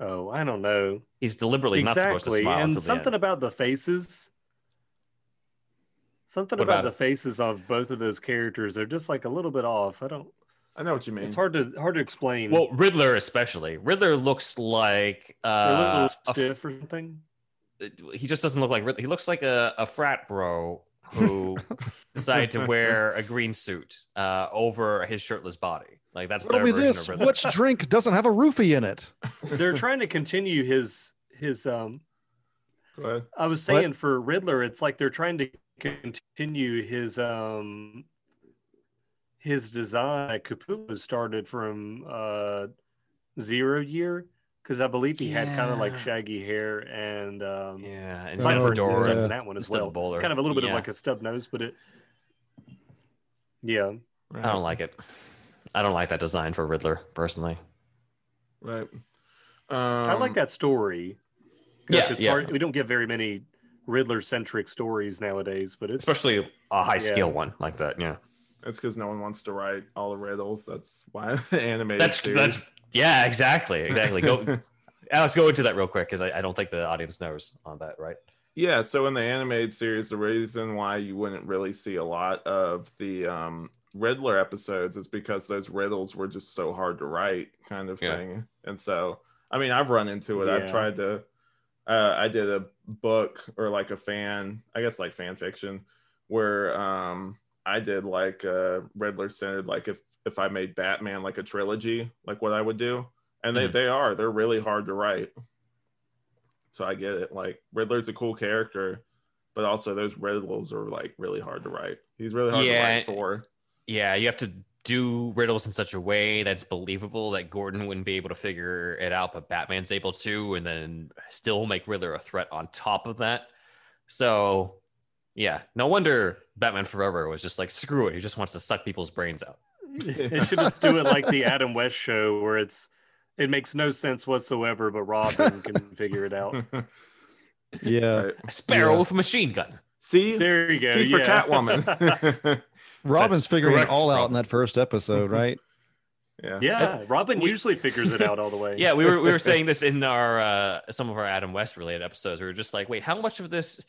Oh, I don't know. He's deliberately not supposed to exactly. smile. and until the end. something about the faces. Something What about, about the faces of both of those characters. They're just like a little bit off. I don't. I know what you mean. It's hard to hard to explain. Well, Riddler especially. Riddler looks like They're a uh, little a stiff or something. he just doesn't look like Ridley. He looks like a, a frat bro who decided to wear a green suit uh, over his shirtless body. Like that's What their are we version this? of Riddler. Which drink doesn't have a roofie in it? They're trying to continue his his um Go ahead. I was saying for Riddler, it's like they're trying to continue his um his design that Capullo started from uh zero year because I believe he had kind of like Yeah. shaggy hair and um Yeah, and might Instead of Sam have heard some fedora. stuff in Fedora, that one as instead well. of bowler, Kind of a little bit Yeah. of like a stub nose, but it yeah. Right. I don't like it. I don't like that design for Riddler personally. Right. Um, I Um, like that story. 'cause Yeah, it's yeah. hard. We don't get very many Riddler centric stories nowadays, but it's especially a high Yeah. scale one like that. Yeah, It's because no one wants to write all the riddles. That's why the animated. that's series. that's yeah, exactly, exactly. Go, Alex, go into that real quick because I, I don't think the audience knows on that, right? yeah. So in the animated series, the reason why you wouldn't really see a lot of the um, Riddler episodes is because those riddles were just so hard to write, kind of Yeah. thing. And so, I mean, I've run into it. I've Yeah. tried to. Uh, I did a book or like a fan, I guess like fan fiction, where um, I did like uh Riddler centered like if if I made Batman like a trilogy, like what I would do. And they Mhm. they are, they're really hard to write. So I get it. Like Riddler's a cool character, but also those riddles are like really hard to write. He's really hard Yeah. to write for. Yeah, you have to do riddles in such a way that's believable that Gordon wouldn't be able to figure it out, but Batman's able to, and then still make Riddler a threat on top of that. So, yeah, no wonder Batman Forever was just like, screw it. He just wants to suck people's brains out. They should just do it like the Adam West show, where it's it makes no sense whatsoever, but Robin can figure it out. Yeah, Right. A sparrow Yeah. with a machine gun. See There you go. see for yeah. Catwoman. Robin's That's figuring it correct, all out Robin. in that first episode, right? yeah. yeah, Robin We- usually figures it out all the way. Yeah, we were we were saying this in our uh, some of our Adam West related episodes. We were just like, wait, how much of this,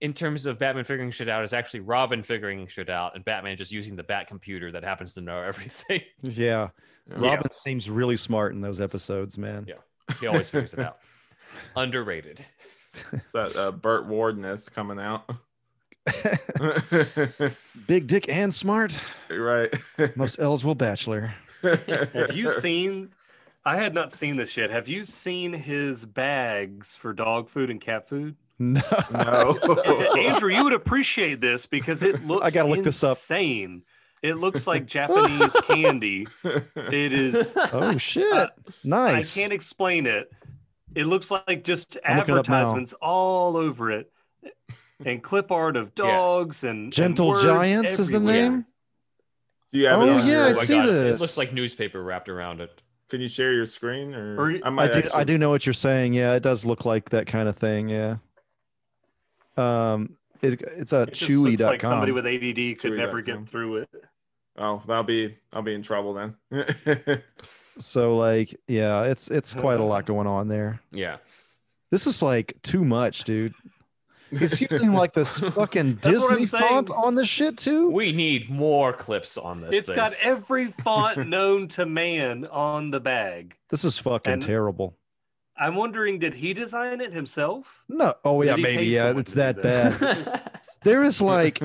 in terms of Batman figuring shit out, is actually Robin figuring shit out, and Batman just using the Bat computer that happens to know everything. Yeah. Yeah. Robin seems really smart in those episodes, man. Yeah. he always figures it out. Underrated. It's that uh, Burt Wardness coming out. Big dick and smart, right. most eligible bachelor. Have you seen? I had not seen this yet. Have you seen his bags for dog food and cat food? No. No. Andrew, you would appreciate this because it looks. gotta look this up. Insane. It looks like Japanese candy. It is. Oh shit. nice. I can't explain it. It looks like just I'm looking it up now. advertisements all over it, and clip art of dogs and Gentle and words Giants is the everywhere. name. Do you have it Oh, on yeah, your, I my like, see God, It this. looks like newspaper wrapped around it. Can you share your screen or, Or- I I might do I actually- do know what you're saying. Yeah, it does look like that kind of thing. Yeah. Um it, it's a It just chewy looks dot like somebody com. with ADD could never Chewy.com. get through it. Oh, that'll be I'll be in trouble then. so like yeah, it's it's quite a lot going on there. Yeah. This is like too much, dude. It's using like this fucking Disney I'm saying. font on this shit too. We need more clips on this. It's thing. got every font known to man on the bag. This is fucking And- terrible. I'm wondering, did he design it himself? No, oh Did yeah, he pay maybe yeah, someone it's to that do this? bad. There is like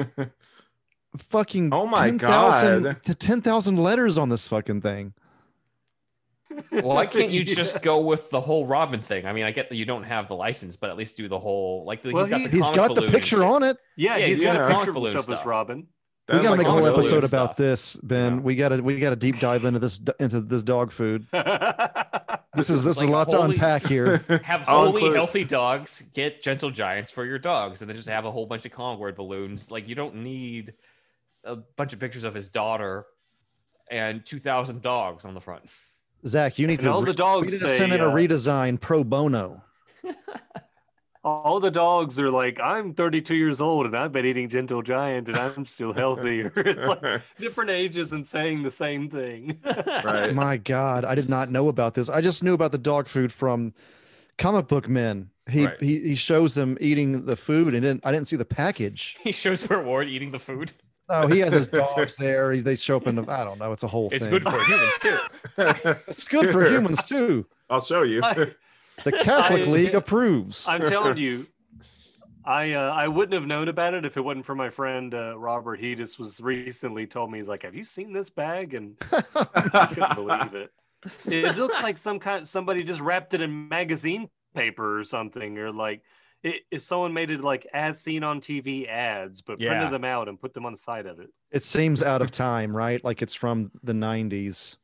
fucking Oh my 10,000 God. to 10,000 letters on this fucking thing. Why can't you Yeah. just go with the whole Robin thing? I mean, I get that you don't have the license, but at least do the whole like Well, he's got he- the He's comic got the balloon and picture shit. on it. Yeah, Yeah, he's he's got got a comic picture of balloon himself as stuff. Robin. we That's got to like make a all whole the other episode stuff. about this, Ben. Yeah. We got to we got to deep dive into this into this dog food. This is this Like is a lot to holy- unpack here. Have I'll holy include- healthy dogs get gentle giants for your dogs, and then just have a whole bunch of comic word balloons. Like you don't need a bunch of pictures of his daughter and two thousand dogs on the front. Zach, you need and to all the re- we dogs need to say, send in a uh, redesign pro bono. all the dogs are like, I'm 32 years old and I've been eating Gentle Giant and I'm still healthy. Or it's like different ages and saying the same thing. right. My God, I did not know about this. I just knew about the dog food from comic book men. He Right. he, he shows them eating the food, and didn't, I didn't see the package. He shows Burt Ward eating the food. Oh, he has his dogs there. He, they show up in the. I don't know. It's a whole It's thing. good for humans too. it's good for humans too. I'll show you. I, The Catholic I- League approves. I'm telling you, I uh, I wouldn't have known about it if it wasn't for my friend uh, Robert. He just was recently told me he's like, "Have you seen this bag?" And I couldn't believe it. It looks like some kind somebody just wrapped it in magazine paper or something, or like It, if someone made it like as seen on TV ads, but Yeah. printed them out and put them on the side of it. It seems out of time, right? Like it's from the 90s.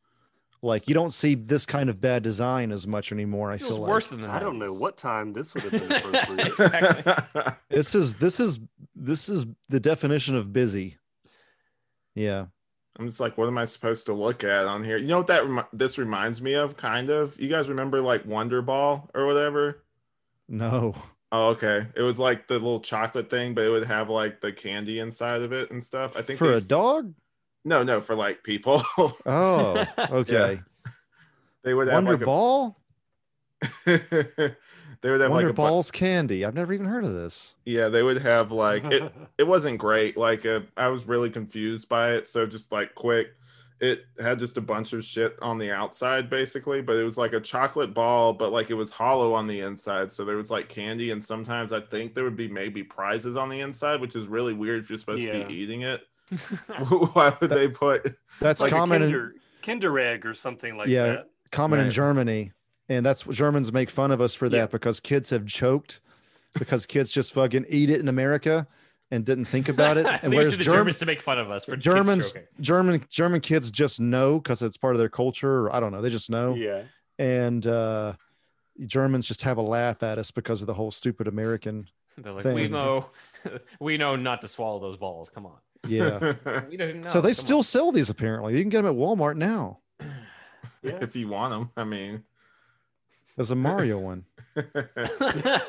Like you don't see this kind of bad design as much anymore. I It was feel worse like than the I don't know 90s. what time this would have been appropriate. Exactly. this is this is this is the definition of busy. Yeah. I'm just like, what am I supposed to look at on here? You know what that remi- this reminds me of, kind of. You guys remember like Wonder Ball or whatever? No. Oh, okay. It was like the little chocolate thing, but it would have like the candy inside of it and stuff. I think for they a s- dog? No, no, for like people. Oh, okay. they would have Wonder like a- Ball? they would have Wonder like a bu- Ball's candy. I've never even heard of this. yeah, they would have like it it wasn't great. Like uh, I was really confused by it. So just like quick, it had just a bunch of shit on the outside basically, but it was like a chocolate ball, but like it was hollow on the inside. So there was like candy, and sometimes I think there would be maybe prizes on the inside, which is really weird if you're supposed to Yeah. be eating it. Why would they put? That's Like a common in Kinder, Kinder egg or something like Yeah. that. common in Right. Germany. And that's what Germans make fun of us for that Yeah. because kids have choked because kids just fucking eat it in America and didn't think about it. I And think it's whereas the Germ- Germans to make fun of us for kids Germans, joking. German, German kids just know because it's part of their culture. Or I don't know. They just know. Yeah. And uh, Germans just have a laugh at us because of the whole stupid American. They're like, we thing. know, we know not to swallow those balls. Come on. Yeah. We didn't know. so they Come still on. sell these apparently. You can get them at Walmart now. Yeah. if you want them, I mean. There's a Mario one.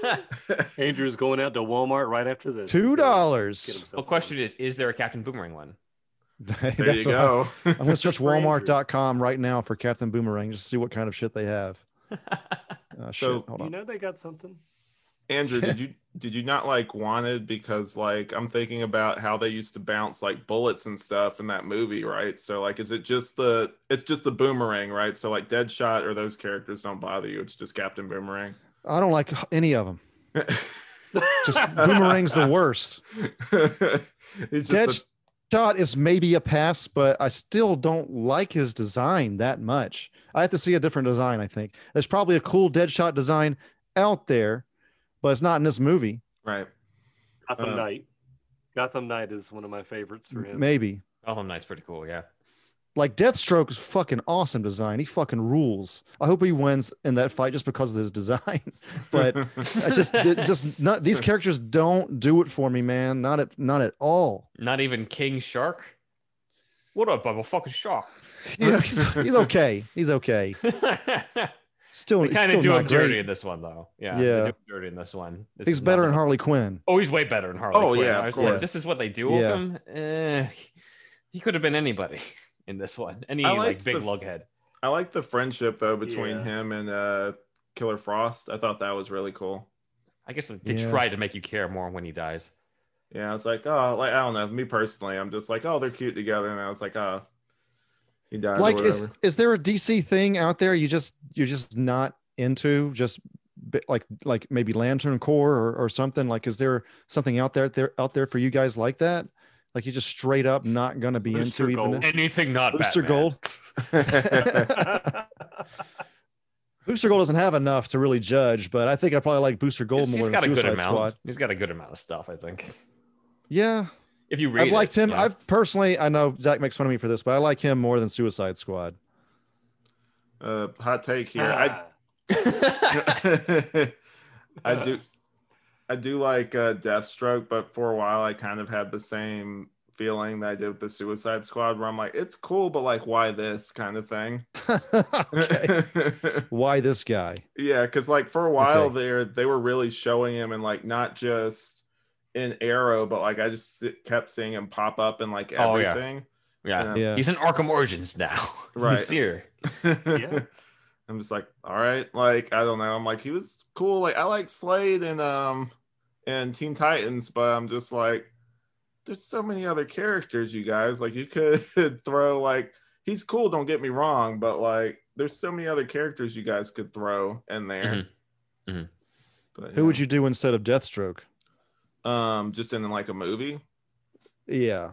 Andrew's going out to Walmart right after this. Two Get dollars. himself well, question is, is there a Captain Boomerang one? That's There you what I- go. I'm gonna search for Andrew. Walmart.com right now for Captain Boomerang just to see what kind of shit they have. Uh, So- shit, hold one. You on. know they got something. Andrew, did you did you not like Wanted because like I'm thinking about how they used to bounce like bullets and stuff in that movie, right? So like, is it just the it's just the boomerang, right? So like Deadshot or those characters don't bother you. It's just Captain Boomerang. I don't like any of them. Just Boomerang's the worst. He's just a- Deadshot is maybe a pass, but I still don't like his design that much. I have to see a different design. I think there's probably a cool Deadshot design out there, but it's not in this movie. right. Gotham Uh, Knight. Gotham Knight is one of my favorites for him. Maybe Gotham Knight's pretty cool, yeah. like Deathstroke is fucking awesome design. He fucking rules. I hope he wins in that fight just because of his design, but. I just it just not these characters don't do it for me, man. Not at not at all. not even King Shark. What up, I'm a fucking shark. You know, he's, he's okay. He's okay. they Still, he's kind still of do not him dirty great. in this one, though. Yeah, Yeah. They do him dirty in this one. This He's is better not in the- Harley Quinn. Oh, he's way better in Harley. Oh, Quinn. yeah, I of was like, course. this is what they do with Yeah. him. Eh, he could have been anybody in this one. Any I like liked big the- lughead. I like the friendship though between Yeah. him and uh, Killer Frost. I thought that was really cool. I guess they Yeah. tried to make you care more when he dies. Yeah, it's like oh, like I don't know. Me personally, I'm just like oh, they're cute together, and I was like oh, he died. Like, or is whatever. is there a DC thing out there you just you're just not into? Just bi- like like maybe Lantern Corps or, or something. Like, is there something out there there out there for you guys like that? Like you're just straight up not gonna be Booster into even Gold. Anything not Booster Batman. Gold. Booster Gold doesn't have enough to really judge, but I think I probably like Booster Gold He's- more he's than got a good Suicide amount. Squad. He's got a good amount of stuff, I think. Yeah, If you read, I've liked it, him. you know. I've personally, I know Zach makes fun of me for this, but I like him more than Suicide Squad. uh, hot take here. Ah, I I do I do like uh, Deathstroke, but for a while I kind of had the same feeling that I did with the Suicide Squad, where I'm like, it's cool, but like, why this kind of thing? okay. Why this guy? Yeah, because like for a while there, they were really showing him and like not just in Arrow, but like I just si- kept seeing him pop up in like Oh, yeah. everything. yeah. Yeah. he's in Arkham Origins now. Right. he's here. Yeah. I'm just like, all right, like I don't know. I'm like he was cool. Like I like Slade and um and Teen Titans, but I'm just like, there's so many other characters, you guys. Like you could throw like he's cool. Don't get me wrong, but like there's so many other characters you guys could throw in there. Mhm. Mhm. But, Who would you do instead of Deathstroke? know, um just in like a movie? Yeah.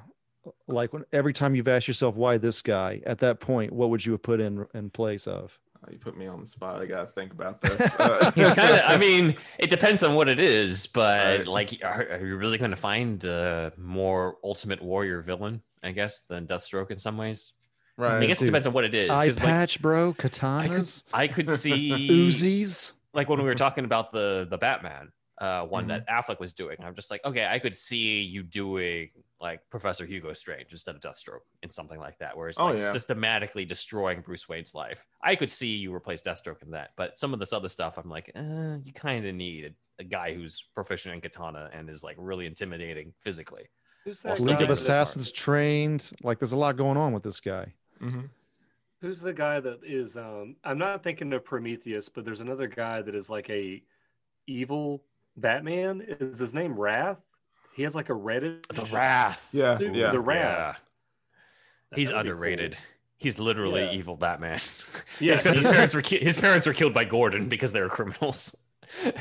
Like when every time you've asked yourself why this guy, at that point, what would you have put in in place of? Oh, You put me on the spot. I gotta think about this. Uh, He's kind of. I mean, it depends on what it is, but Right. like, are, are you really going to find a more ultimate warrior villain? I guess than Deathstroke in some ways. I, mean, I right. guess it depends on what it is. Eye 'cause, like, patch, bro. I could, Katanas, I could see Uzis. like when we were talking about the the Batman uh, one Mm-hmm. that Affleck was doing, I'm just like, okay, I could see you doing like Professor Hugo Strange instead of Deathstroke in something like that, where it's Oh, like yeah. systematically destroying Bruce Wayne's life. I could see you replace Deathstroke in that, but some of this other stuff, I'm like, uh, you kind of need a, a guy who's proficient in katana and is like really intimidating physically. Who's Well, that League League guy of Batman is smart. Assassins trained. Like, there's a lot going on with this guy. Mhm. Who's the guy that is um I'm not thinking of Prometheus, but there's another guy that is like a evil Batman. Is his name Wrath? He has like a reddish The Wrath, Yeah, Dude, yeah. the Wrath. Yeah. He's That would be underrated. cool. He's literally Yeah. evil Batman. Yeah. Except his parents were ki- his parents were killed by Gordon because they were criminals.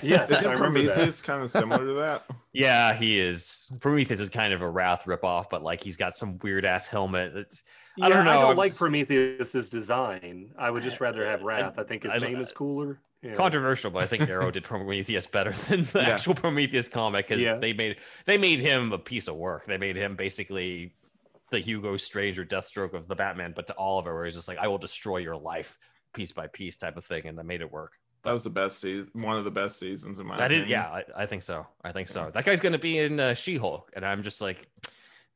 Yeah. I Isn't remember that. Prometheus kind of similar to that? Yeah, he is. Prometheus is kind of a Wrath ripoff, but like he's got some weird ass helmet. It's, I Yeah, don't I know. don't like Prometheus's design. I would just rather have Wrath. I, think his I- name is cooler. Yeah. Controversial, but I think Arrow did Prometheus better than the Yeah. actual Prometheus comic because Yeah. they made they made him a piece of work. They made him basically the Hugo Strange or Deathstroke of the Batman, but to Oliver, where he's just like, "I will destroy your life piece by piece" type of thing, and they made it work. That was the best season, one of the best seasons in my. That is, opinion. yeah, I, I think so. I think so. That guy's going to be in uh, She Hulk, and I'm just like,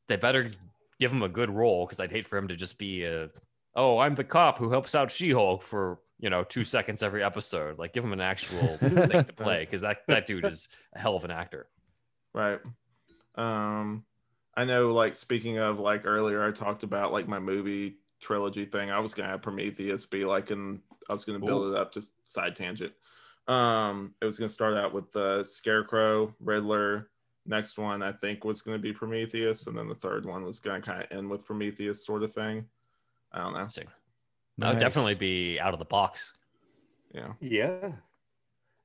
they better give him a good role because I'd hate for him to just be a, oh, I'm the cop who helps out She Hulk for you know two seconds every episode. Like, give him an actual thing to play because that that dude is a hell of an actor. Right. Um, I know. Like speaking of, like earlier, I talked about like my movie trilogy thing. I was gonna have Prometheus be like, and I was gonna build Ooh. it up. Just side tangent. Um, it was gonna start out with the Scarecrow, Riddler. Next one, I think, was gonna be Prometheus, and then the third one was gonna kind of end with Prometheus, sort of thing. I don't know. Interesting. That would Nice. Oh, definitely be out of the box. Yeah. Yeah.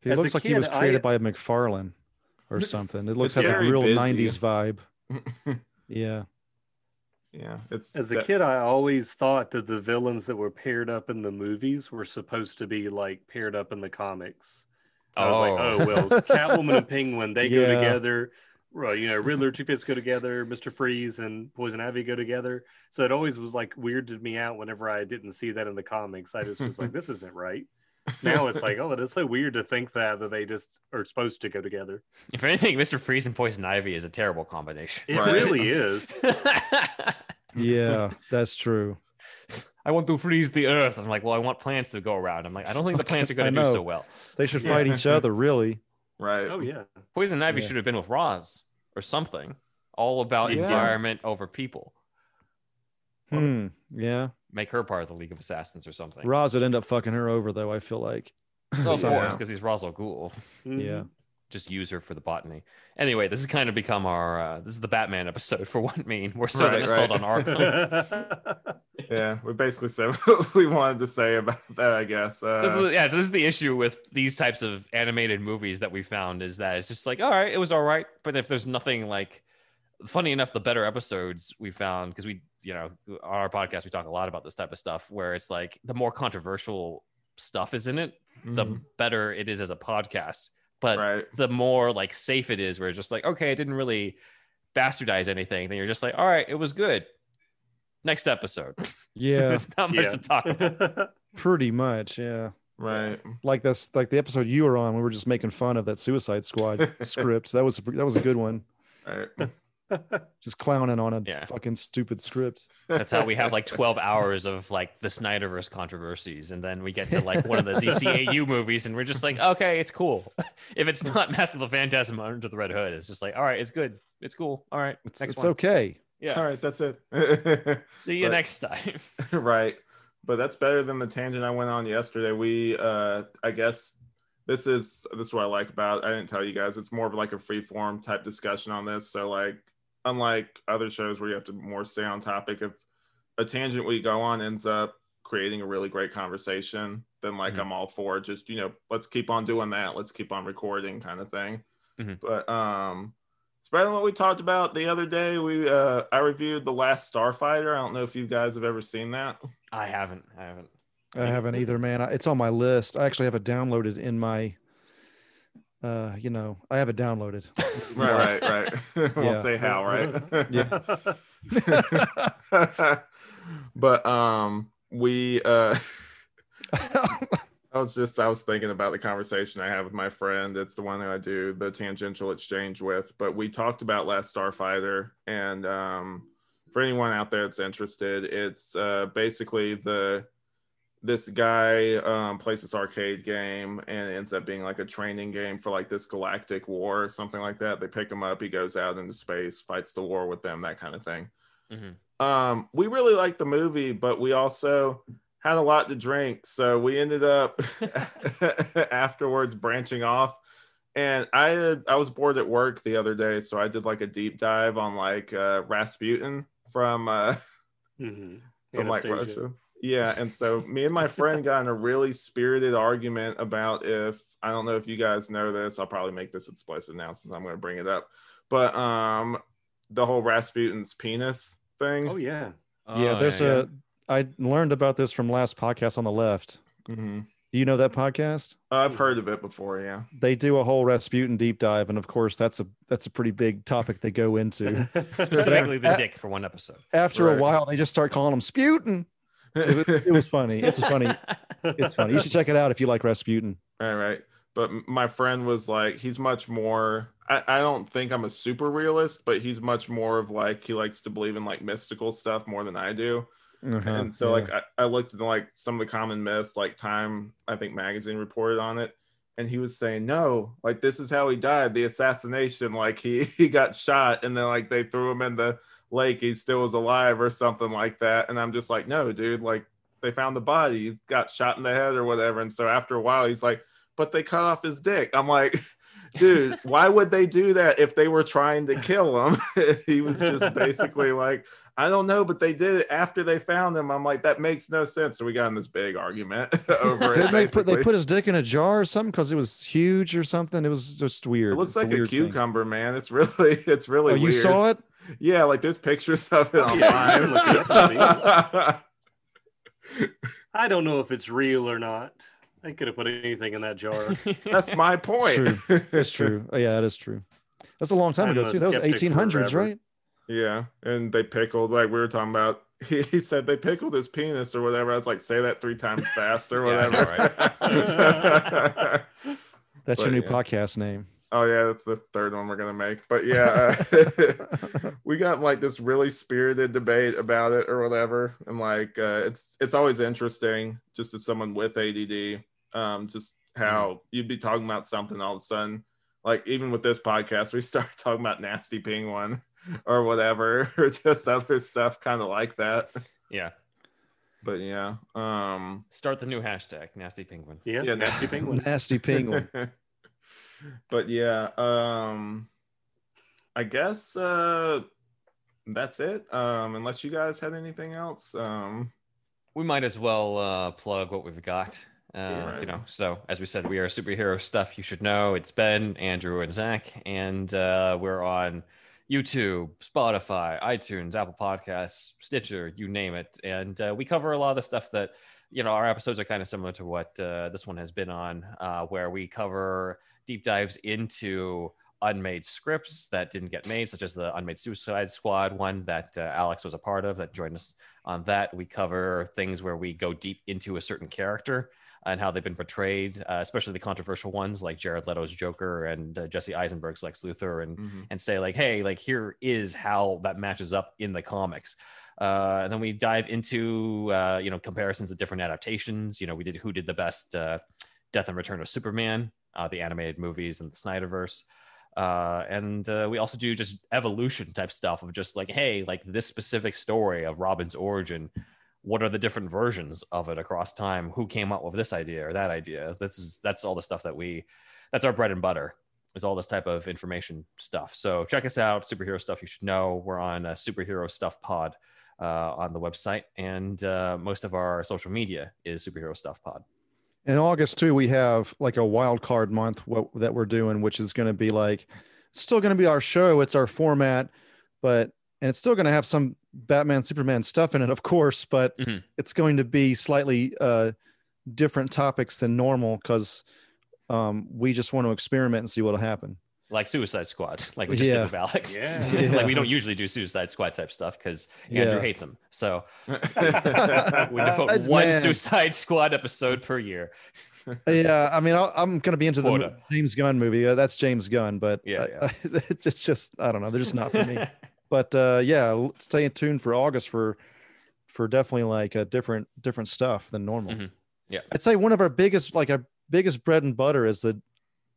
He As a looks like he kid, was created by I- McFarlane or something. It looks It's has a very real busy. '90s vibe. Yeah, yeah. It's As a that- kid, I always thought that the villains that were paired up in the movies were supposed to be like paired up in the comics. I was like, oh well, Catwoman and Penguin they go Yeah. together. Well, you know, Riddler, Two Face go together. Mister Freeze and Poison Ivy go together. So it always was like weirded me out whenever I didn't see that in the comics. I just was like, this isn't right. Now it's like, oh, it's so weird to think that that they just are supposed to go together. if anything, Mister Freeze and Poison Ivy is a terrible combination. It Right. really is. yeah, that's true. I want to freeze the earth. I'm like, well, I want plants to go around. I'm like, I don't think the plants are I going to do know. so well. They should fight each other, really. right. Oh yeah. Poison Ivy Yeah. should have been with Roz or something. All about Yeah. environment over people. Hmm. Yeah, Make her part of the League of Assassins or something. Roz would end up fucking her over, though. I feel like. Well, of Yeah. course, because he's Ra's al Ghul. Yeah. Just use her for the botany. Anyway, this has kind of become our. Uh, this is the Batman episode for one mean. We're so Right, assault right. on Arkham. Mhm. Yeah, we basically said what we wanted to say about that, I guess. This Uh, is, yeah, this is the issue with these types of animated movies that we found is that it's just like, all right, it was all right, but if there's nothing like, funny enough, the better episodes we found because we, you know, on our podcast we talk a lot about this type of stuff where it's like the more controversial stuff is in it, the mhm, better it is as a podcast. But right. the more like safe it is, where it's just like, okay, it didn't really bastardize anything. Then you're just like, all right, it was good. Next episode. Yeah, There's not much Yeah. to talk about. pretty much. Yeah. Right. like that's like the episode you were on. We were just making fun of that Suicide Squad script. That was a, that was a good one. Right. Just clowning on a Yeah. fucking stupid script. That's how we have like 12 hours of like the Snyderverse controversies. And then we get to like one of the DCAU movies and we're just like, okay, it's cool. If it's not Master of the Phantasm Under the Red Hood, it's just like, all right, it's good. It's cool. All right. It's, next it's one. okay. Yeah. All right, that's it. See you But- next time. right. But that's better than the tangent I went on yesterday. We uh I guess this is this is what I like about it. I didn't tell you guys. It's more of like a free form type discussion on this. So like unlike other shows where you have to more stay on topic, if a tangent we go on ends up creating a really great conversation, then like Mhm. I'm all for it. just, you know, let's keep on doing that. Let's keep on recording kind of thing. Mhm. But um it's better than what we talked about the other day. We uh I reviewed The Last Starfighter. I don't know if you guys have ever seen that. I haven't. I haven't. I haven't either, man. I- It's on my list. I actually have it downloaded in my. Uh, you know, I have it downloaded. Right, right, right. Won't Yeah. say how, right? Yeah. but um we uh I was just I was thinking about the conversation I have with my friend. It's the one that I do the tangential exchange with. But we talked about Last Starfighter, and um, for anyone out there that's interested, it's uh, basically the this guy um, plays this arcade game, and it ends up being like a training game for like this galactic war or something like that. They pick him up, he goes out into space, fights the war with them, that kind of thing Mhm. um we really liked the movie but we also had a lot to drink so we ended up afterwards branching off and i had, i was bored at work the other day so i did like a deep dive on like uh rasputin from uh hmm from like Russia. Yeah, and so me and my friend got in a really spirited argument about if I don't know if you guys know this. I'll probably make this explicit now since I'm going to bring it up, but um, the whole Rasputin's penis thing. Oh yeah. yeah, there's a. I learned about this from last podcast on the left. Mhm. Do you know that podcast? I've heard of it before. Yeah, They do a whole Rasputin deep dive, and of course, that's a that's a pretty big topic they go into. specifically the Uh, dick for one episode. After Right. a while, they just start calling him Sputin. It was, it was funny. It's funny. It's funny. You should check it out if you like Rasputin. Right, right. But m- my friend was like, he's much more. I, I don't think I'm a super realist, but he's much more of like he likes to believe in like mystical stuff more than I do. Uh-huh. and so like I, I looked at like some of the common myths like time i think magazine reported on it and he was saying no like this is how he died the assassination like he he got shot and then like they threw him in the lake he still was alive or something like that and i'm just like no dude like they found the body he got shot in the head or whatever and so after a while he's like but they cut off his dick i'm like dude why would they do that if they were trying to kill him he was just basically like I don't know, but they did it after they found him. I'm like, that makes no sense. So we got in this big argument over it. Didn't they put they basically. put his dick in a jar or something because it was huge or something? It was just weird. it looks It's like a, weird thing. cucumber, man. It's really, it's really oh, you weird. saw it? Yeah, like there's pictures of it Oh, Yeah, you online. can look it up I don't know if it's real or not. I could have put anything in that jar. That's my point. It's It's true. Oh, yeah, that is true. That's a long time I'm ago a too. That was skeptic 1800s, forever. right? Yeah, and they pickled like we were talking about. He, he said they pickled his penis or whatever. I was like, say that three times fast or Yeah, I know, whatever. right? But, That's your new yeah. podcast name. Oh yeah, that's the third one we're gonna make. But yeah, uh, we got like this really spirited debate about it or whatever, and like uh, it's it's always interesting just as someone with ADD, um, just how you'd be talking about something all of a sudden, like even with this podcast, we start talking about nasty penguin or whatever, or just other stuff kind of like that. Yeah. But yeah, um, Start the new hashtag, nasty penguin. Yeah, Yeah, nasty no. penguin. Nasty penguin. but yeah, um I guess uh that's it. Um unless you guys had anything else. Um We might as well uh, plug what we've got. Uh, Yeah. You know, so as we said, we are superhero stuff you should know. It's Ben, Andrew, and Zach, and uh, we're on YouTube, Spotify, iTunes, Apple Podcasts, Stitcher, you name it, and uh, we cover a lot of the stuff that you know our episodes are kind of similar to what uh, this one has been on, uh, where we cover deep dives into unmade scripts that didn't get made, such as the Unmade Suicide Squad one that uh, Alex was a part of that joined us on that. We cover things where we go deep into a certain character and how they've been portrayed, uh, especially the controversial ones like Jared Leto's Joker and uh, Jesse Eisenberg's Lex Luthor and mm-hmm. and say like hey like here is how that matches up in the comics uh, and then we dive into uh, you know comparisons of different adaptations you know we did who did the best uh, death and return of superman uh, the animated movies and the snyderverse uh, and uh, we also do just evolution type stuff of just like hey like this specific story of robin's origin what are the different versions of it across time who came up with this idea or that idea this is that's all the stuff that we that's our bread and butter is all this type of information stuff. So check us out, superhero stuff you should know. We're on uh, superhero stuff pod uh, on the website, and uh, most of our social media is superhero stuff pod. In August too, we have like a wild card month what, that we're doing, which is going to be like it's still going to be our show. It's our format, but and it's still going to have some Batman Superman stuff in it, of course, but Mhm. it's going to be slightly uh, different topics than normal because um, we just want to experiment and see what'll happen. like Suicide Squad, like we just Yeah. did with Alex. Yeah. like we don't usually do Suicide Squad type stuff because Andrew hates them. So we devote Uh, one man. Suicide Squad episode per year. yeah, I mean, I'll, I'm going to be into the Quota. mo- James Gunn movie. Uh, that's James Gunn, but Yeah, I- I- it's just I don't know. They're just not for me. but uh, yeah, l- stay tuned for August for for definitely like a different different stuff than normal. Mhm. Yeah. I'd say one of our biggest like our biggest bread and butter is the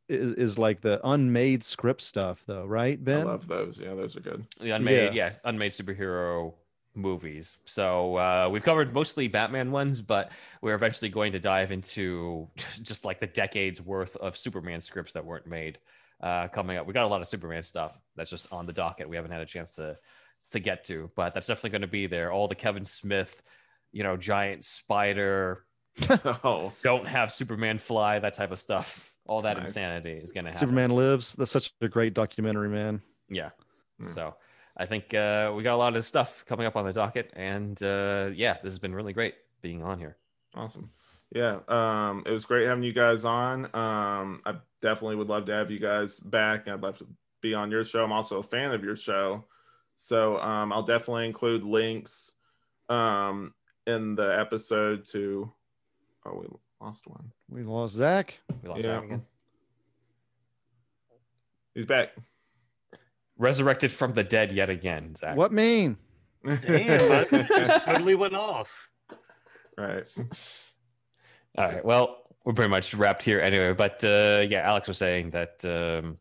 is, is like the unmade script stuff though, right, I Ben? love those. Yeah, those are good. the unmade, yes, unmade superhero movies. So uh, we've covered mostly Batman ones, but we're eventually going to dive into just like the decades worth of Superman scripts that weren't made uh, coming up. We got a lot of Superman stuff that's just on the docket. We haven't had a chance to to get to, but that's definitely going to be there. All the Kevin Smith, you know, giant spider, oh, don't have Superman fly, that type of stuff. All that Nice. insanity is going to happen. Superman Lives. That's such a great documentary, man. Yeah. Mm. So I think uh, we got a lot of stuff coming up on the docket. And uh, yeah, this has been really great being on here. awesome. Yeah, um, it was great having you guys on. Um, I definitely would love to have you guys back. I'd love to be on your show. I'm also a fan of your show, so um, I'll definitely include links um, in the episode to. Oh, we lost one. We lost Zach. We lost Yeah. Zach again. He's back. Resurrected from the dead yet again, Zach. What mean? Damn, that just totally went off. right. All right. Well, we're pretty much wrapped here anyway. But uh, yeah, Alex was saying that um,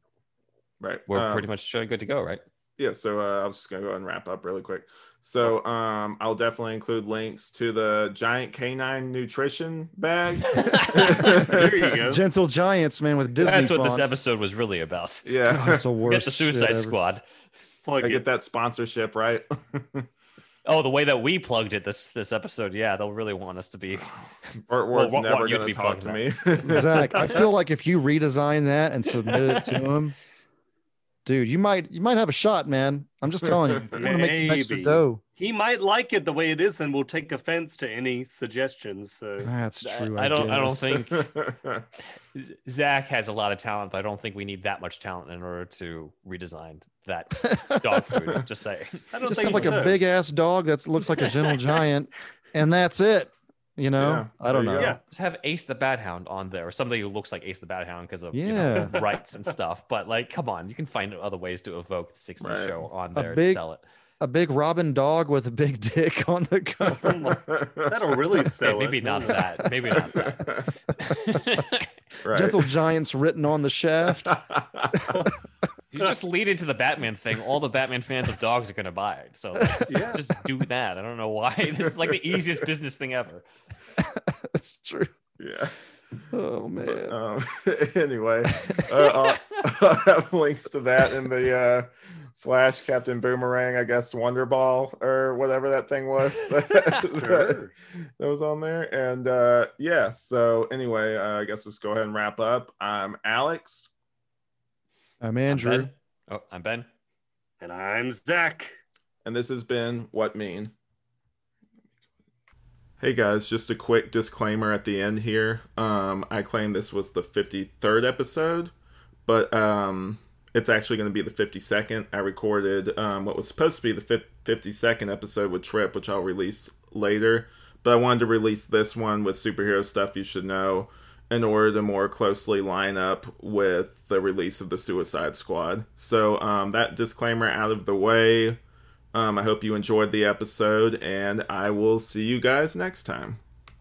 Right. we're Um, pretty much uh, good to go, right? yeah so uh, i was just gonna go ahead and wrap up really quick so um i'll definitely include links to the giant canine nutrition bag There you go. Gentle Giants, man, with Disney. That's what this font. episode was really about. God, yeah it's the Get worst. the shit Suicide ever. Squad. Plug i it. get that sponsorship right Oh, the way that we plugged it this this episode, yeah, they'll really want us to be. Bart Ward's what- what never you'd gonna be talk to talking me Zach, I feel like if you redesign that and submit it to him, dude, you might you might have a shot, man. I'm just telling you. You want to make some extra Maybe. dough. He might like it the way it is, and will take offense to any suggestions. So That's I- true. I don't- I don't guess. think- Z- Zach has a lot of talent, but I don't think we need that much talent in order to redesign that dog food. Just saying. I don't Just think have like so. a big ass dog that looks like a gentle giant, and that's it. You know, Yeah, I don't there know. you Yeah. Just have Ace the Bad Hound on there, or somebody who looks like Ace the Bad Hound because of you know, Yeah. rights and stuff. But like, come on, you can find other ways to evoke the 60s Right. show on there big- to sell it. A big robin dog with a big dick on the cover. That'll really Hey, sell it. maybe not that. Maybe not that. right Gentle giants written on the shaft. you just lead into the Batman thing. All the Batman fans of dogs are going to buy it. So like, just, Yeah. just do that. I don't know why. This is like the easiest business thing ever. that's true. yeah Oh But, Uh, man. um, anyway, uh, I'll, I'll have links to that in the uh, Flash, Captain Boomerang, I guess Wonder Ball or whatever that thing was that, that, Sure. was on there. And uh, yeah, so anyway, uh, I guess let's go ahead and wrap up. I'm Alex. I'm I'm Andrew. Ben. Oh, I'm Ben. And I'm Zach. and this has been What Mean. Hey guys, just a quick disclaimer at the end here. Um, I claim this was the 53rd episode, but um, it's actually going to be the 52nd. I recorded um, what was supposed to be the fif- 52nd episode with Trip, which I'll release later, but I wanted to release this one with superhero stuff you should know in order to more closely line up with the release of the Suicide Squad. So, um, that disclaimer out of the way. Um, I hope you enjoyed the episode, and I will see you guys next time.